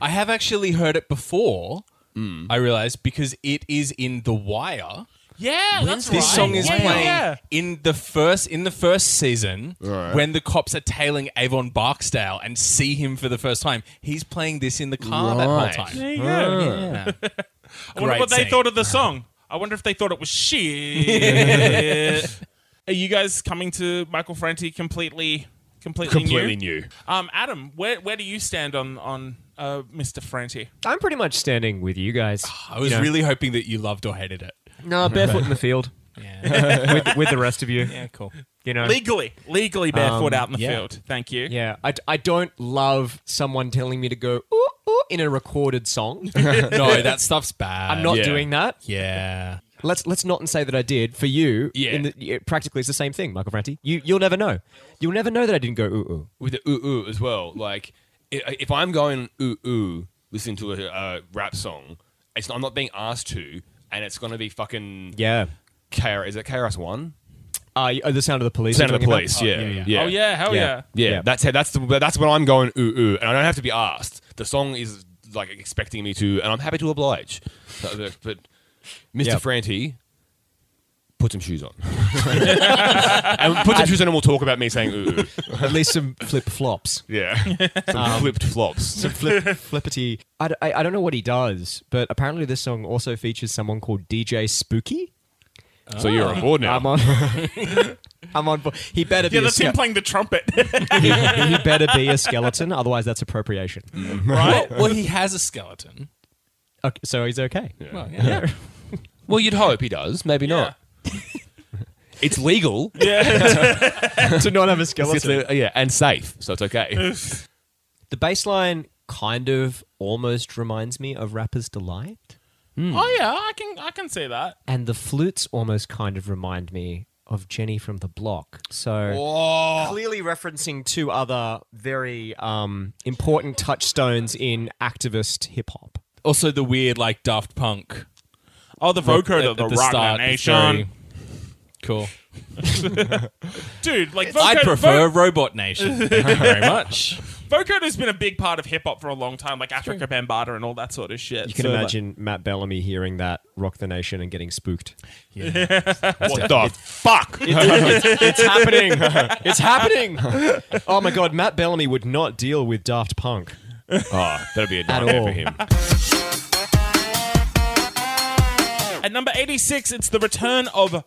Speaker 4: I have actually heard it before.
Speaker 2: Mm.
Speaker 4: I realized because it is in The Wire.
Speaker 3: yeah, that's
Speaker 4: This
Speaker 3: right.
Speaker 4: song is
Speaker 3: Yeah, yeah,
Speaker 4: playing
Speaker 3: yeah.
Speaker 4: in the first in the first season
Speaker 2: Right.
Speaker 4: when the cops are tailing Avon Barksdale and see him for the first time. He's playing this in the car that whole
Speaker 2: Right.
Speaker 4: time.
Speaker 3: There you go. I wonder
Speaker 4: Great
Speaker 3: what they
Speaker 4: singing.
Speaker 3: thought of the song. I wonder if they thought it was shit. Are you guys coming to Michael Franti completely, completely,
Speaker 2: Completely
Speaker 3: new?
Speaker 2: new.
Speaker 3: Um, Adam, where where do you stand on on uh, Mr. Franti?
Speaker 1: I'm pretty much standing with you guys.
Speaker 4: I was really hoping that you loved or hated it.
Speaker 1: No, barefoot in the field
Speaker 4: Yeah.
Speaker 1: with, with the rest of you.
Speaker 4: yeah, cool.
Speaker 1: You know,
Speaker 3: Legally, legally barefoot out in the
Speaker 4: yeah.
Speaker 3: field. Thank you.
Speaker 1: Um, yeah. I, I don't love someone telling me to go ooh, ooh, in a recorded song.
Speaker 4: No, that stuff's bad.
Speaker 1: I'm not
Speaker 2: Yeah.
Speaker 1: doing that.
Speaker 4: Yeah.
Speaker 1: Let's let's not and say that I did for you.
Speaker 2: Yeah.
Speaker 1: in the, yeah, practically it's the same thing, Michael Franti. You you'll never know. You'll never know that I didn't go ooh ooh.
Speaker 2: with the ooh ooh as well. Like i- if I'm going ooh ooh, listening to a, a rap song, it's I'm not being asked to, and it's gonna be fucking
Speaker 1: Yeah.
Speaker 2: KR, is it KRS One?
Speaker 1: Uh, y- oh, the sound of the police.
Speaker 2: Sound
Speaker 1: you're
Speaker 2: of the
Speaker 1: talking
Speaker 2: police.
Speaker 1: about?
Speaker 2: yeah.
Speaker 1: Oh,
Speaker 2: yeah,
Speaker 3: Oh yeah, hell yeah.
Speaker 1: Yeah.
Speaker 2: Yeah,
Speaker 1: Yeah.
Speaker 2: that's how, that's the, that's when I'm going ooh ooh, and I don't have to be asked. The song is like expecting me to, and I'm happy to oblige. But, but- but Mr.
Speaker 1: Yeah.
Speaker 2: Franti, put some shoes on, and put some shoes on, and we'll talk about me saying ooh ooh.
Speaker 1: At least some flip flops. Um,
Speaker 2: Yeah, Um, some flipped flops.
Speaker 1: Some flip, flippity. I, d- I- I don't know what he does, but apparently this song also features someone called DJ Spooky. Ah.
Speaker 2: So you're on board now.
Speaker 1: I'm on. I'm on. bo- He better be.
Speaker 3: Yeah,
Speaker 1: a
Speaker 3: that's him
Speaker 1: ske-
Speaker 3: playing the trumpet.
Speaker 1: he, he better be a skeleton, otherwise that's appropriation.
Speaker 4: Right? Well, he has a skeleton.
Speaker 1: Okay, so he's okay.
Speaker 4: Well, yeah.
Speaker 2: well, you'd hope he does. Maybe not. it's legal.
Speaker 1: to not have a skeleton.
Speaker 2: It's le- yeah, and safe, so it's okay.
Speaker 1: The bass line kind of almost reminds me of Rapper's Delight.
Speaker 3: oh yeah, I can I can see that.
Speaker 1: And the flutes almost kind of remind me of Jenny from the Block. So clearly referencing two other very um, important touchstones in activist hip hop.
Speaker 4: Also the weird like Daft Punk
Speaker 3: Oh, the vocoder,
Speaker 4: at
Speaker 3: the, rock
Speaker 4: start, it's very-
Speaker 3: nation,
Speaker 4: Cool.
Speaker 3: dude. Like
Speaker 4: I
Speaker 3: vocoder-
Speaker 4: prefer Robot Nation. Thank you very much.
Speaker 3: Vocoder's been a big part of hip hop for a long time, like Africa Bambaataa and all that sort of shit.
Speaker 1: You can
Speaker 3: So, like-
Speaker 1: imagine Matt Bellamy hearing that Rock the Nation and getting spooked.
Speaker 2: what the fuck?
Speaker 1: it's happening. It's happening. Oh my god, Matt Bellamy would not deal with Daft Punk.
Speaker 2: oh, that'd be a nightmare
Speaker 1: all.
Speaker 2: for him.
Speaker 3: At number 86, it's the return of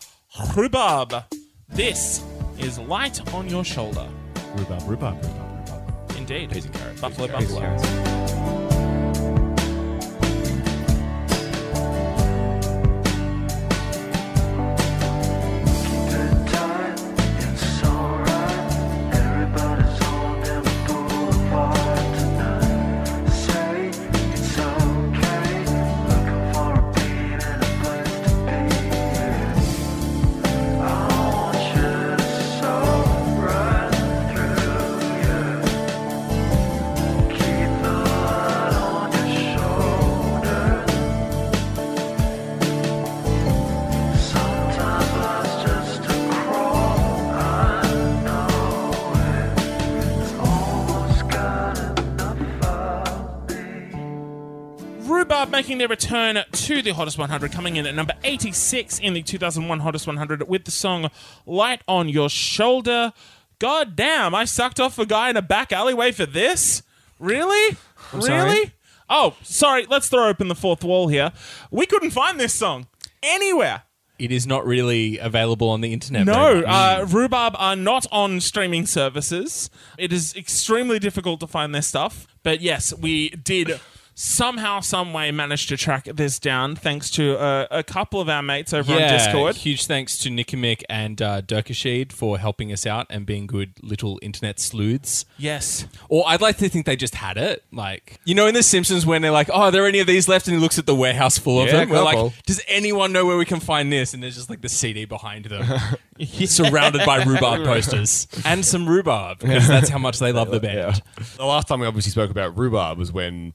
Speaker 3: Rhubarb. This is Light on Your Shoulder.
Speaker 1: Rhubarb, rhubarb, rhubarb, rhubarb.
Speaker 3: Indeed.
Speaker 2: Peas and carrots,
Speaker 3: Buffalo,
Speaker 2: peas and
Speaker 3: buffalo.
Speaker 10: Keep the
Speaker 3: making their return to the Hottest 100, coming in at number 86 in the 2001 Hottest 100 with the song Light on Your Shoulder. God damn, I sucked off a guy in a back alleyway for this? Really? really? Oh, sorry, let's throw open the fourth wall here. We couldn't find this song anywhere.
Speaker 4: It is not really available on the internet.
Speaker 3: No,
Speaker 4: very much.
Speaker 3: uh, Rhubarb are not on streaming services. It is extremely difficult to find their stuff. But yes, we did somehow, some way manage to track this down thanks to uh, a couple of our mates over on Discord.
Speaker 4: Huge thanks to Nikomik and uh, Derkashid for helping us out and being good little internet sleuths.
Speaker 3: Yes.
Speaker 4: Or I'd like to think they just had it. Like, you know, in The Simpsons when they're like, oh, are there any of these left? And he looks at the warehouse full of
Speaker 2: Yeah,
Speaker 4: them. We're
Speaker 2: couple.
Speaker 4: like, does anyone know where we can find this? And there's just like the CD behind them, surrounded by rhubarb posters and some rhubarb because that's how much they love the band.
Speaker 2: The last time we obviously spoke about rhubarb was when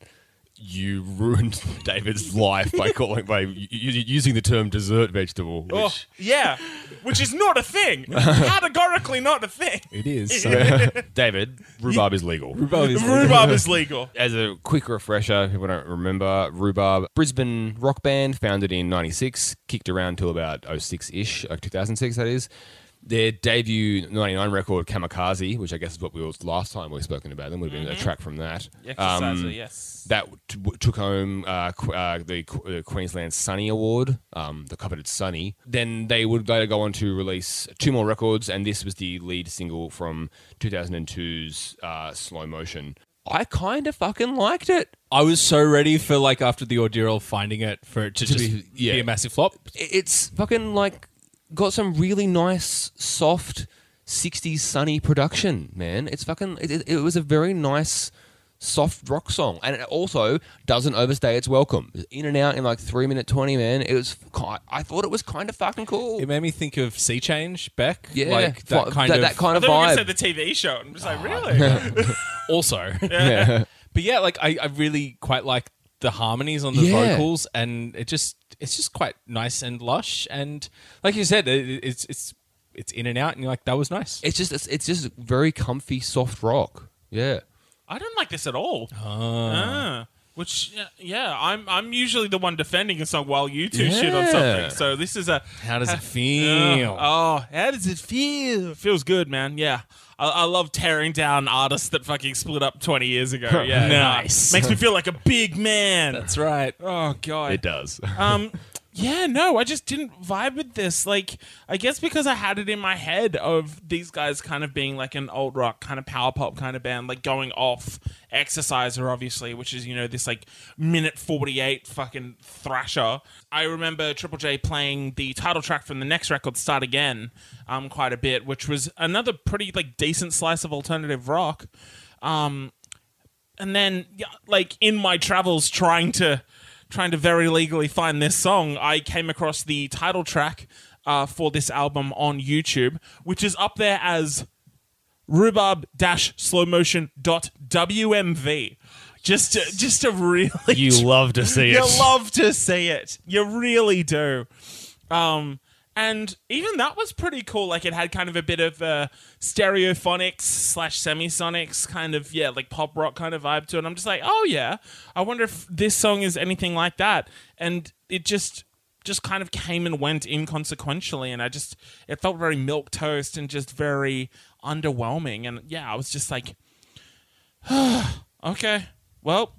Speaker 2: you ruined David's life by calling by u- u- using the term dessert vegetable, which
Speaker 3: Oh, yeah, which is not a thing. Categorically not a thing.
Speaker 4: It is.
Speaker 2: David rhubarb is legal.
Speaker 3: Rhubarb is legal.
Speaker 4: Um,
Speaker 2: As a quick refresher, if I don't remember, Rhubarb, Brisbane rock band, founded in 96, kicked around till about 06 ish, like 2006, that is. Their debut 99 record, Kamikaze, which I guess is what we was last time we were spoken about, then would have been
Speaker 3: Mm-hmm.
Speaker 2: a track from that. Um,
Speaker 3: yes.
Speaker 2: that t- w- took home uh, qu- uh, the, Qu- uh Queensland Sunny Award, um, the coveted Sunny. Then they would later go on to release two more records, and this was the lead single from 2002's uh, Slow Motion. I kind of fucking liked it.
Speaker 4: I was so ready for like after the ordeal finding it for it to, just
Speaker 2: be-
Speaker 4: be,
Speaker 2: yeah.
Speaker 4: a massive flop.
Speaker 2: I- It's fucking like got some really nice, soft 60s Sunny production, man. It's fucking, it, it- it was a very nice. Soft rock song, and it also doesn't overstay its welcome. In and out in like three minute twenty, man. It was, ki- I thought it was kind of fucking cool.
Speaker 4: It made me think of Sea Change Beck.
Speaker 2: Yeah,
Speaker 4: like that
Speaker 2: fu-
Speaker 4: kind
Speaker 2: that,
Speaker 4: of
Speaker 2: that kind
Speaker 3: I
Speaker 2: of
Speaker 3: thought you were
Speaker 2: vibe.
Speaker 3: going to say the TV show. and I'm just like, really?
Speaker 4: also.
Speaker 2: yeah.
Speaker 4: But yeah, like I, I really quite like the harmonies on the
Speaker 2: Yeah.
Speaker 4: vocals, and it just it's just quite nice and lush. And like you said, it, it's it's it's in and out, and you're like that was nice.
Speaker 2: It's just it's, it's just very comfy soft rock. Yeah.
Speaker 3: I don't like this at all. Ah. Which yeah, yeah, I'm I'm usually the one defending a song while you two shit on
Speaker 2: Yeah.
Speaker 3: something. So this is a
Speaker 4: How does it feel?
Speaker 3: oh, how does it feel? Feels good, man. Yeah, I, I love tearing down artists that fucking split up twenty years ago. Yeah,
Speaker 4: Nice.
Speaker 3: Nah, makes me feel like a big man.
Speaker 4: That's right.
Speaker 3: oh god,
Speaker 2: does.
Speaker 3: um yeah no i just didn't vibe with this like i guess because i had it in my head of these guys kind of being like an old rock kind of power pop kind of band like going off exerciser obviously which is you know this like minute 48 fucking thrasher i remember triple j playing the title track from the next record start again um quite a bit which was another pretty like decent slice of alternative rock um and then yeah, like in my travels trying to trying to very legally find this song i came across the title track uh, for this album on youtube which is up there as rhubarb dash slow motion dot wmv just to, just to really you
Speaker 2: love to see
Speaker 3: you love to see it you really do um and even that was pretty cool like it had kind of a bit of uh stereophonics slash semisonics kind of yeah like pop rock kind of vibe to it i'm just like oh yeah i wonder if this song is anything like that and it just just kind of came and went inconsequentially and i just it felt very milk toast and just very underwhelming and yeah i was just like okay well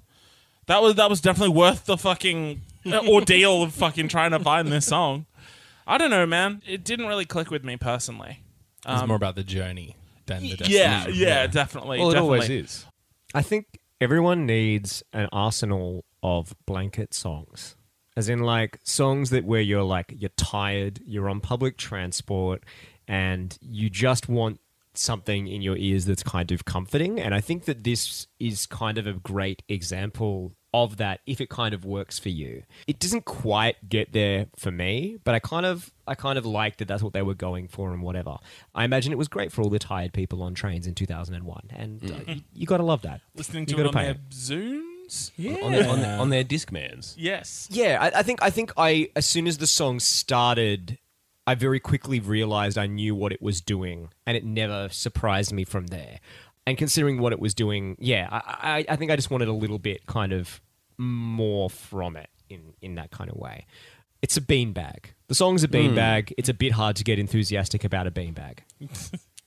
Speaker 3: that was that was definitely worth the fucking uh, ordeal of fucking trying to find this song. I don't know, man. It didn't really click with me personally.
Speaker 4: It's more about the journey than the
Speaker 3: Yeah, yeah,
Speaker 4: destination.
Speaker 3: definitely.
Speaker 2: Well, it
Speaker 3: definitely.
Speaker 2: always is.
Speaker 1: I think everyone needs an arsenal of blanket songs. As in like songs that where you're like you're tired, you're on public transport and you just want something in your ears that's kind of comforting and I think that this is kind of a great example of that if it kind of works for you. It doesn't quite get there for me, but I kind of I kind of liked that that's what they were going for and whatever. I imagine it was great for all the tired people on trains in 2001 and uh, you, you got to love that.
Speaker 3: Mm. Listening
Speaker 1: You
Speaker 3: to it
Speaker 1: gotta
Speaker 3: on
Speaker 1: pay
Speaker 3: their
Speaker 1: it.
Speaker 3: Zooms.
Speaker 2: On, their, on, their, on their Discmans.
Speaker 3: Yes.
Speaker 1: Yeah, I, I think I think I as soon as the song started, I very quickly realized I knew what it was doing, and it never surprised me from there. And considering what it was doing, yeah, I, I, I think I just wanted a little bit kind of more from it. in in that kind of way. It's a beanbag. The song's
Speaker 4: Hmm.
Speaker 1: a beanbag. It's a bit hard to get enthusiastic about a beanbag.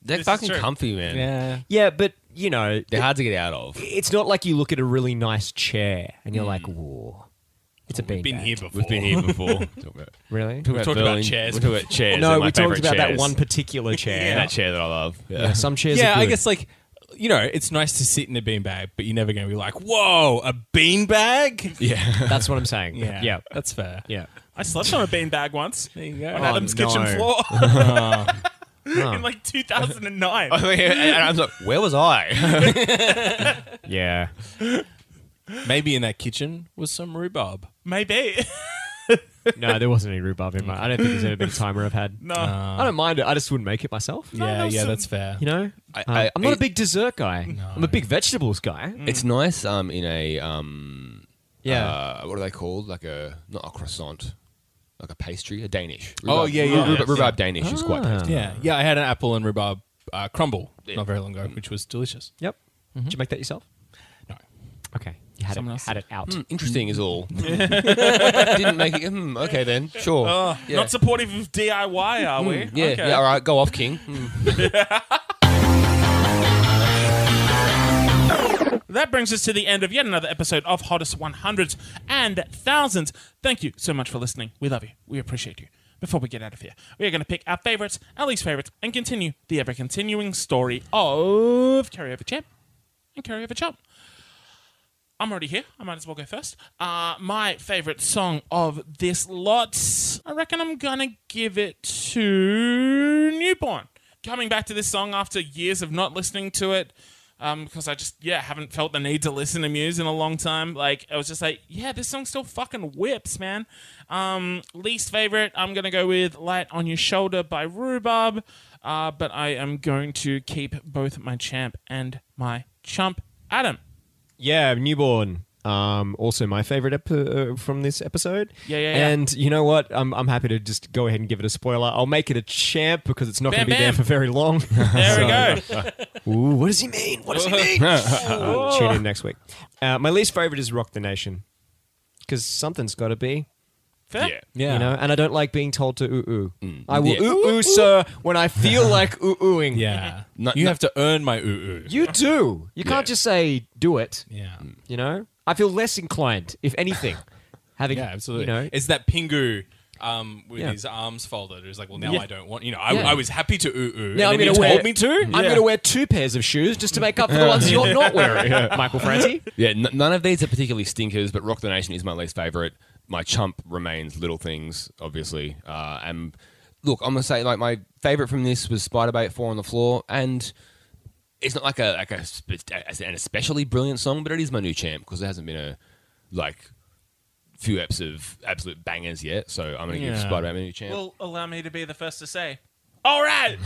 Speaker 2: They're
Speaker 3: This is
Speaker 2: fucking
Speaker 3: true.
Speaker 2: comfy, man.
Speaker 4: Yeah.
Speaker 1: Yeah, but you know,
Speaker 2: They're hard to get out of.
Speaker 1: it's not like you look at a really nice chair and you're like, "Whoa, it's a beanbag."
Speaker 4: Hmm. Been here before.
Speaker 2: We've been here before. Talk about-
Speaker 1: really?
Speaker 2: talk
Speaker 4: talked about
Speaker 2: Berlin.
Speaker 4: chairs
Speaker 2: We talked about chairs. They're
Speaker 1: No,
Speaker 2: my
Speaker 1: we talked
Speaker 2: favourite
Speaker 1: about that
Speaker 2: chairs.
Speaker 1: one particular chair.
Speaker 2: Yeah, that chair that I love. Yeah.
Speaker 1: Yeah, some chairs.
Speaker 4: Yeah,
Speaker 1: are
Speaker 4: I
Speaker 1: good.
Speaker 4: guess like you know, it's nice to sit in a beanbag, but you're never going to be like, "Whoa, a beanbag!"
Speaker 2: Yeah.
Speaker 1: that's what I'm saying.
Speaker 4: Yeah,
Speaker 1: yeah,
Speaker 4: that's fair.
Speaker 1: yeah.
Speaker 3: I slept on a beanbag once on
Speaker 4: There you go.
Speaker 3: Adam's kitchen
Speaker 1: no.
Speaker 3: floor in like 2009.
Speaker 2: and I was like, where was I?
Speaker 1: yeah.
Speaker 4: Maybe in that kitchen was some rhubarb.
Speaker 3: Maybe.
Speaker 1: No, there wasn't any rhubarb in my. I don't think there's ever been a timer I've had.
Speaker 3: no.
Speaker 1: I don't mind it. I just wouldn't make it myself.
Speaker 4: yeah,
Speaker 3: was
Speaker 4: yeah,
Speaker 3: some-
Speaker 4: that's fair.
Speaker 1: You know,
Speaker 2: I-
Speaker 1: Um,
Speaker 2: I-
Speaker 1: I'm not a
Speaker 2: it-
Speaker 1: big dessert guy. I'm a big vegetables guy.
Speaker 2: it's nice um, in a, um,
Speaker 1: Yeah.
Speaker 2: uh, what are they called? Like a, not a croissant, like a pastry, a Danish.
Speaker 4: Oh,
Speaker 2: Rhubarb-
Speaker 4: yeah, yeah,
Speaker 2: Rhubarb,
Speaker 4: yes,
Speaker 2: rhubarb Danish is quite tasty.
Speaker 4: yeah, yeah. I had an apple and rhubarb uh, crumble not very long ago, which was delicious.
Speaker 1: Yep. Did you make that yourself?
Speaker 4: Mm-hmm. No.
Speaker 1: Okay. You had
Speaker 4: Someone
Speaker 1: it.
Speaker 4: else
Speaker 1: Had it out.
Speaker 2: Hmm, interesting is all. Didn't make it. Hmm, okay then, sure. yeah.
Speaker 3: Not supportive of DIY, are we?
Speaker 2: Mm, yeah,
Speaker 3: Okay.
Speaker 2: yeah, all right, go off, King. Hmm.
Speaker 3: That brings us to the end of yet another episode of Hottest 100s and Thousands. Thank you so much for listening. We love you. We appreciate you. Before we get out of here, we are going to pick our favorites, our least favorites, and continue the ever continuing story of Carryover Champ and Carryover Chump. I'm already here. I might as well go first. Uh, my favorite song of this lot, I reckon I'm gonna give it to Newborn. Coming back to this song after years of not listening to it, um, because I just yeah haven't felt the need to listen to Muse in a long time. Like I was just like, yeah, this song still fucking whips, man. Um, least favorite, I'm gonna go with "Light on Your Shoulder" by Rhubarb, uh, but I am going to keep both my champ and my chump, Adam.
Speaker 1: Yeah, newborn. Um, also my favorite ep- uh, from this episode.
Speaker 3: Yeah, yeah, yeah.
Speaker 1: And you know what? I'm, I'm happy to just go ahead and give it a spoiler. I'll make it a champ because it's not
Speaker 3: Bam,
Speaker 1: going to be there
Speaker 3: bam.
Speaker 1: for very long.
Speaker 3: There we go.
Speaker 1: Ooh, what does he mean? What does he mean? Uh, tune in next week. Uh, my least favorite is Rock the Nation because something's got to be.
Speaker 3: Fair.
Speaker 4: Yeah,
Speaker 1: You know, and I don't like being told to ooh ooh.
Speaker 3: Mm.
Speaker 1: I will
Speaker 4: Yeah.
Speaker 1: ooh ooh, sir, when I feel like ooh oohing.
Speaker 4: yeah.
Speaker 2: No-
Speaker 4: you
Speaker 2: no-
Speaker 4: have to earn my oo oo.
Speaker 1: You do. You can't just say do it.
Speaker 4: Yeah, Mm.
Speaker 1: You know, I feel less inclined, if anything, having
Speaker 4: yeah, absolutely.
Speaker 1: You know,
Speaker 4: it's that Pingu. Um, with
Speaker 1: Yeah.
Speaker 4: his arms folded, who's like, well, now
Speaker 1: Yeah.
Speaker 4: I don't want. You know, I,
Speaker 1: Yeah.
Speaker 4: I was happy to oo oo.
Speaker 1: now I'm going
Speaker 4: and then you
Speaker 1: to wear.
Speaker 4: told me to.
Speaker 1: I'm going to wear two pairs of shoes just to make up for the ones you're not wearing, Michael Franti.
Speaker 2: Yeah, n- none of these are particularly stinkers, but Rock the Nation is my least favorite. My chump remains Little Things, obviously. Uh, and look, I'm gonna say like my favorite from this was Spider Bait Four on the Floor, and it's not like a like a sp- an especially brilliant song, but it is my new champ because there hasn't been a like few eps of absolute bangers yet. So I'm gonna give
Speaker 4: Yeah.
Speaker 2: Spider Bait my new champ.
Speaker 3: Will allow me to be the first to say, all right,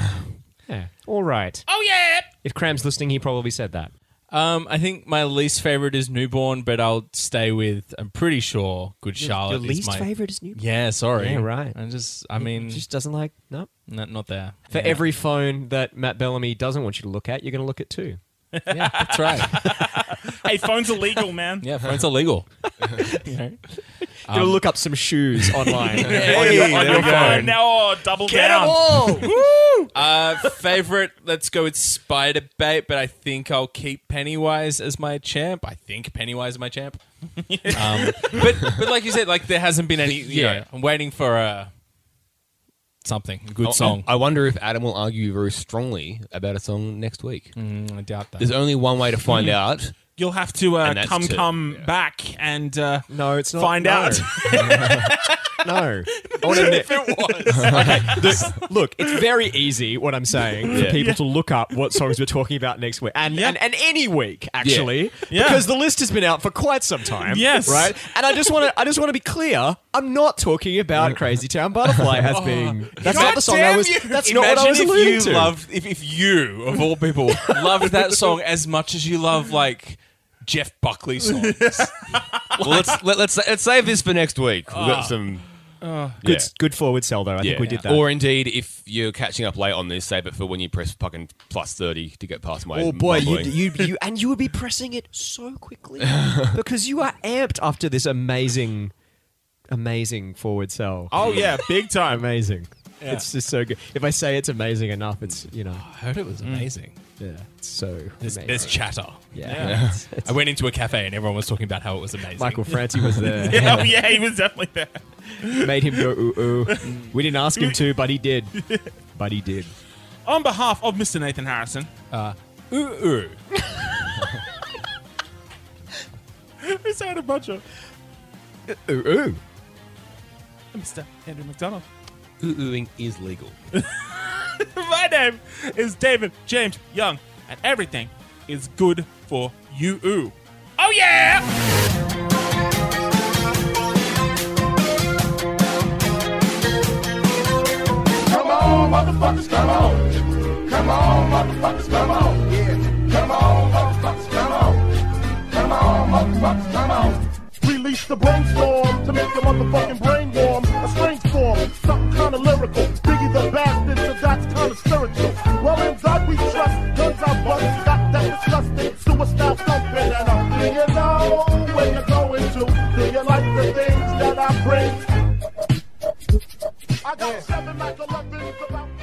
Speaker 1: Yeah. All right.
Speaker 3: oh yeah.
Speaker 1: If Cram's listening, he probably said that.
Speaker 4: Um, I think my least favorite is Newborn, but I'll stay with. I'm pretty sure Good Charlotte.
Speaker 1: Your least
Speaker 4: Oh, is my,
Speaker 1: favorite is new.
Speaker 4: Yeah, sorry.
Speaker 1: Yeah, right.
Speaker 4: I just, I mean,
Speaker 1: Just doesn't like no.
Speaker 4: not, not there.
Speaker 1: For
Speaker 4: Yeah.
Speaker 1: every phone that Matt Bellamy doesn't want you to look at, you're going to look at two.
Speaker 4: yeah, that's right.
Speaker 3: Hey, phones are legal, man.
Speaker 4: Yeah, phones are legal. You know?
Speaker 1: You're
Speaker 4: Um,
Speaker 1: going to look up some shoes online.
Speaker 3: on your phone now. Oh, double down.
Speaker 4: Uh, favorite, let's go with Spider Bait, but I think I'll keep Pennywise as my champ. I think Pennywise is my champ. um, but but like you said, like there hasn't been any. You
Speaker 2: Yeah.
Speaker 4: know, I'm waiting for a something a
Speaker 1: Oh,
Speaker 4: good
Speaker 2: I-
Speaker 4: song.
Speaker 1: uh,
Speaker 2: I wonder if Adam will argue very strongly about a song next week.
Speaker 4: Mm, I doubt that.
Speaker 2: There's only one way to find out.
Speaker 3: You'll have to uh,
Speaker 2: And that's
Speaker 3: come,
Speaker 2: to-
Speaker 3: come back and uh,
Speaker 1: No, it's not.
Speaker 3: find
Speaker 1: no.
Speaker 3: out.
Speaker 1: No. I want to look, it's very easy what I'm saying for
Speaker 2: Yeah.
Speaker 1: people to look up what songs we're talking about next week. And and, and any week, actually.
Speaker 3: Yeah.
Speaker 1: Because the list has been out for quite some time.
Speaker 3: Yes.
Speaker 1: Right? And I just wanna I just wanna be clear, I'm not talking about Crazy Town Butterfly as being that's not the song I was that's not what I was
Speaker 4: if
Speaker 1: alluding
Speaker 4: you
Speaker 1: to.
Speaker 4: loved if, if you of all people loved that song as much as you love like Jeff Buckley songs.
Speaker 2: well, let's let, let's let's save this for next week. We've
Speaker 4: Ah.
Speaker 2: got some
Speaker 1: good
Speaker 2: Yeah.
Speaker 1: good forward sell though. I think we did that.
Speaker 2: Or indeed, if you're catching up late on this, save it for when you press fucking plus 30 to get past my.
Speaker 1: Oh boy, you,
Speaker 2: mumbling.
Speaker 1: you you and you would be pressing it so quickly because you are amped after this amazing amazing forward sell.
Speaker 3: Oh yeah, big time.
Speaker 1: Amazing. It's just so good. If I say it's amazing enough, it's you know,
Speaker 4: I heard it was amazing.
Speaker 1: yeah, it's so
Speaker 4: There's,
Speaker 1: Mm. amazing.
Speaker 4: there's chatter.
Speaker 1: yeah.
Speaker 4: I went into a cafe and everyone was talking about how it was amazing.
Speaker 1: Michael Franti was there.
Speaker 3: Yeah, oh, yeah, he was definitely there.
Speaker 1: Made him go ooh ooh. We didn't ask him to, but he did. But he did.
Speaker 3: On behalf of Mr. Nathan Harrison,
Speaker 4: ooh ooh.
Speaker 3: it's had a bunch of Uh,
Speaker 1: Ooh ooh.
Speaker 3: Mr. Andrew McDonald.
Speaker 4: Ooh oohing is legal.
Speaker 3: My name is David James Young, and everything is good for you. Ooh. Oh yeah!
Speaker 10: Come on, motherfuckers, come on. Come on, motherfuckers, come on. Yeah. Come on, motherfuckers, come on. Come on, motherfuckers, come on. Release the brainstorm to make the motherfucking brain warm. A strange form, something kind of lyrical. Biggie the bastard, so that's kind of spiritual. Well, in God we trust, guns are bust, stop that disgusting, suicide thumping. And uh, do you know where you're going to? Do you like the things that I bring? I got seven Michael Evans about.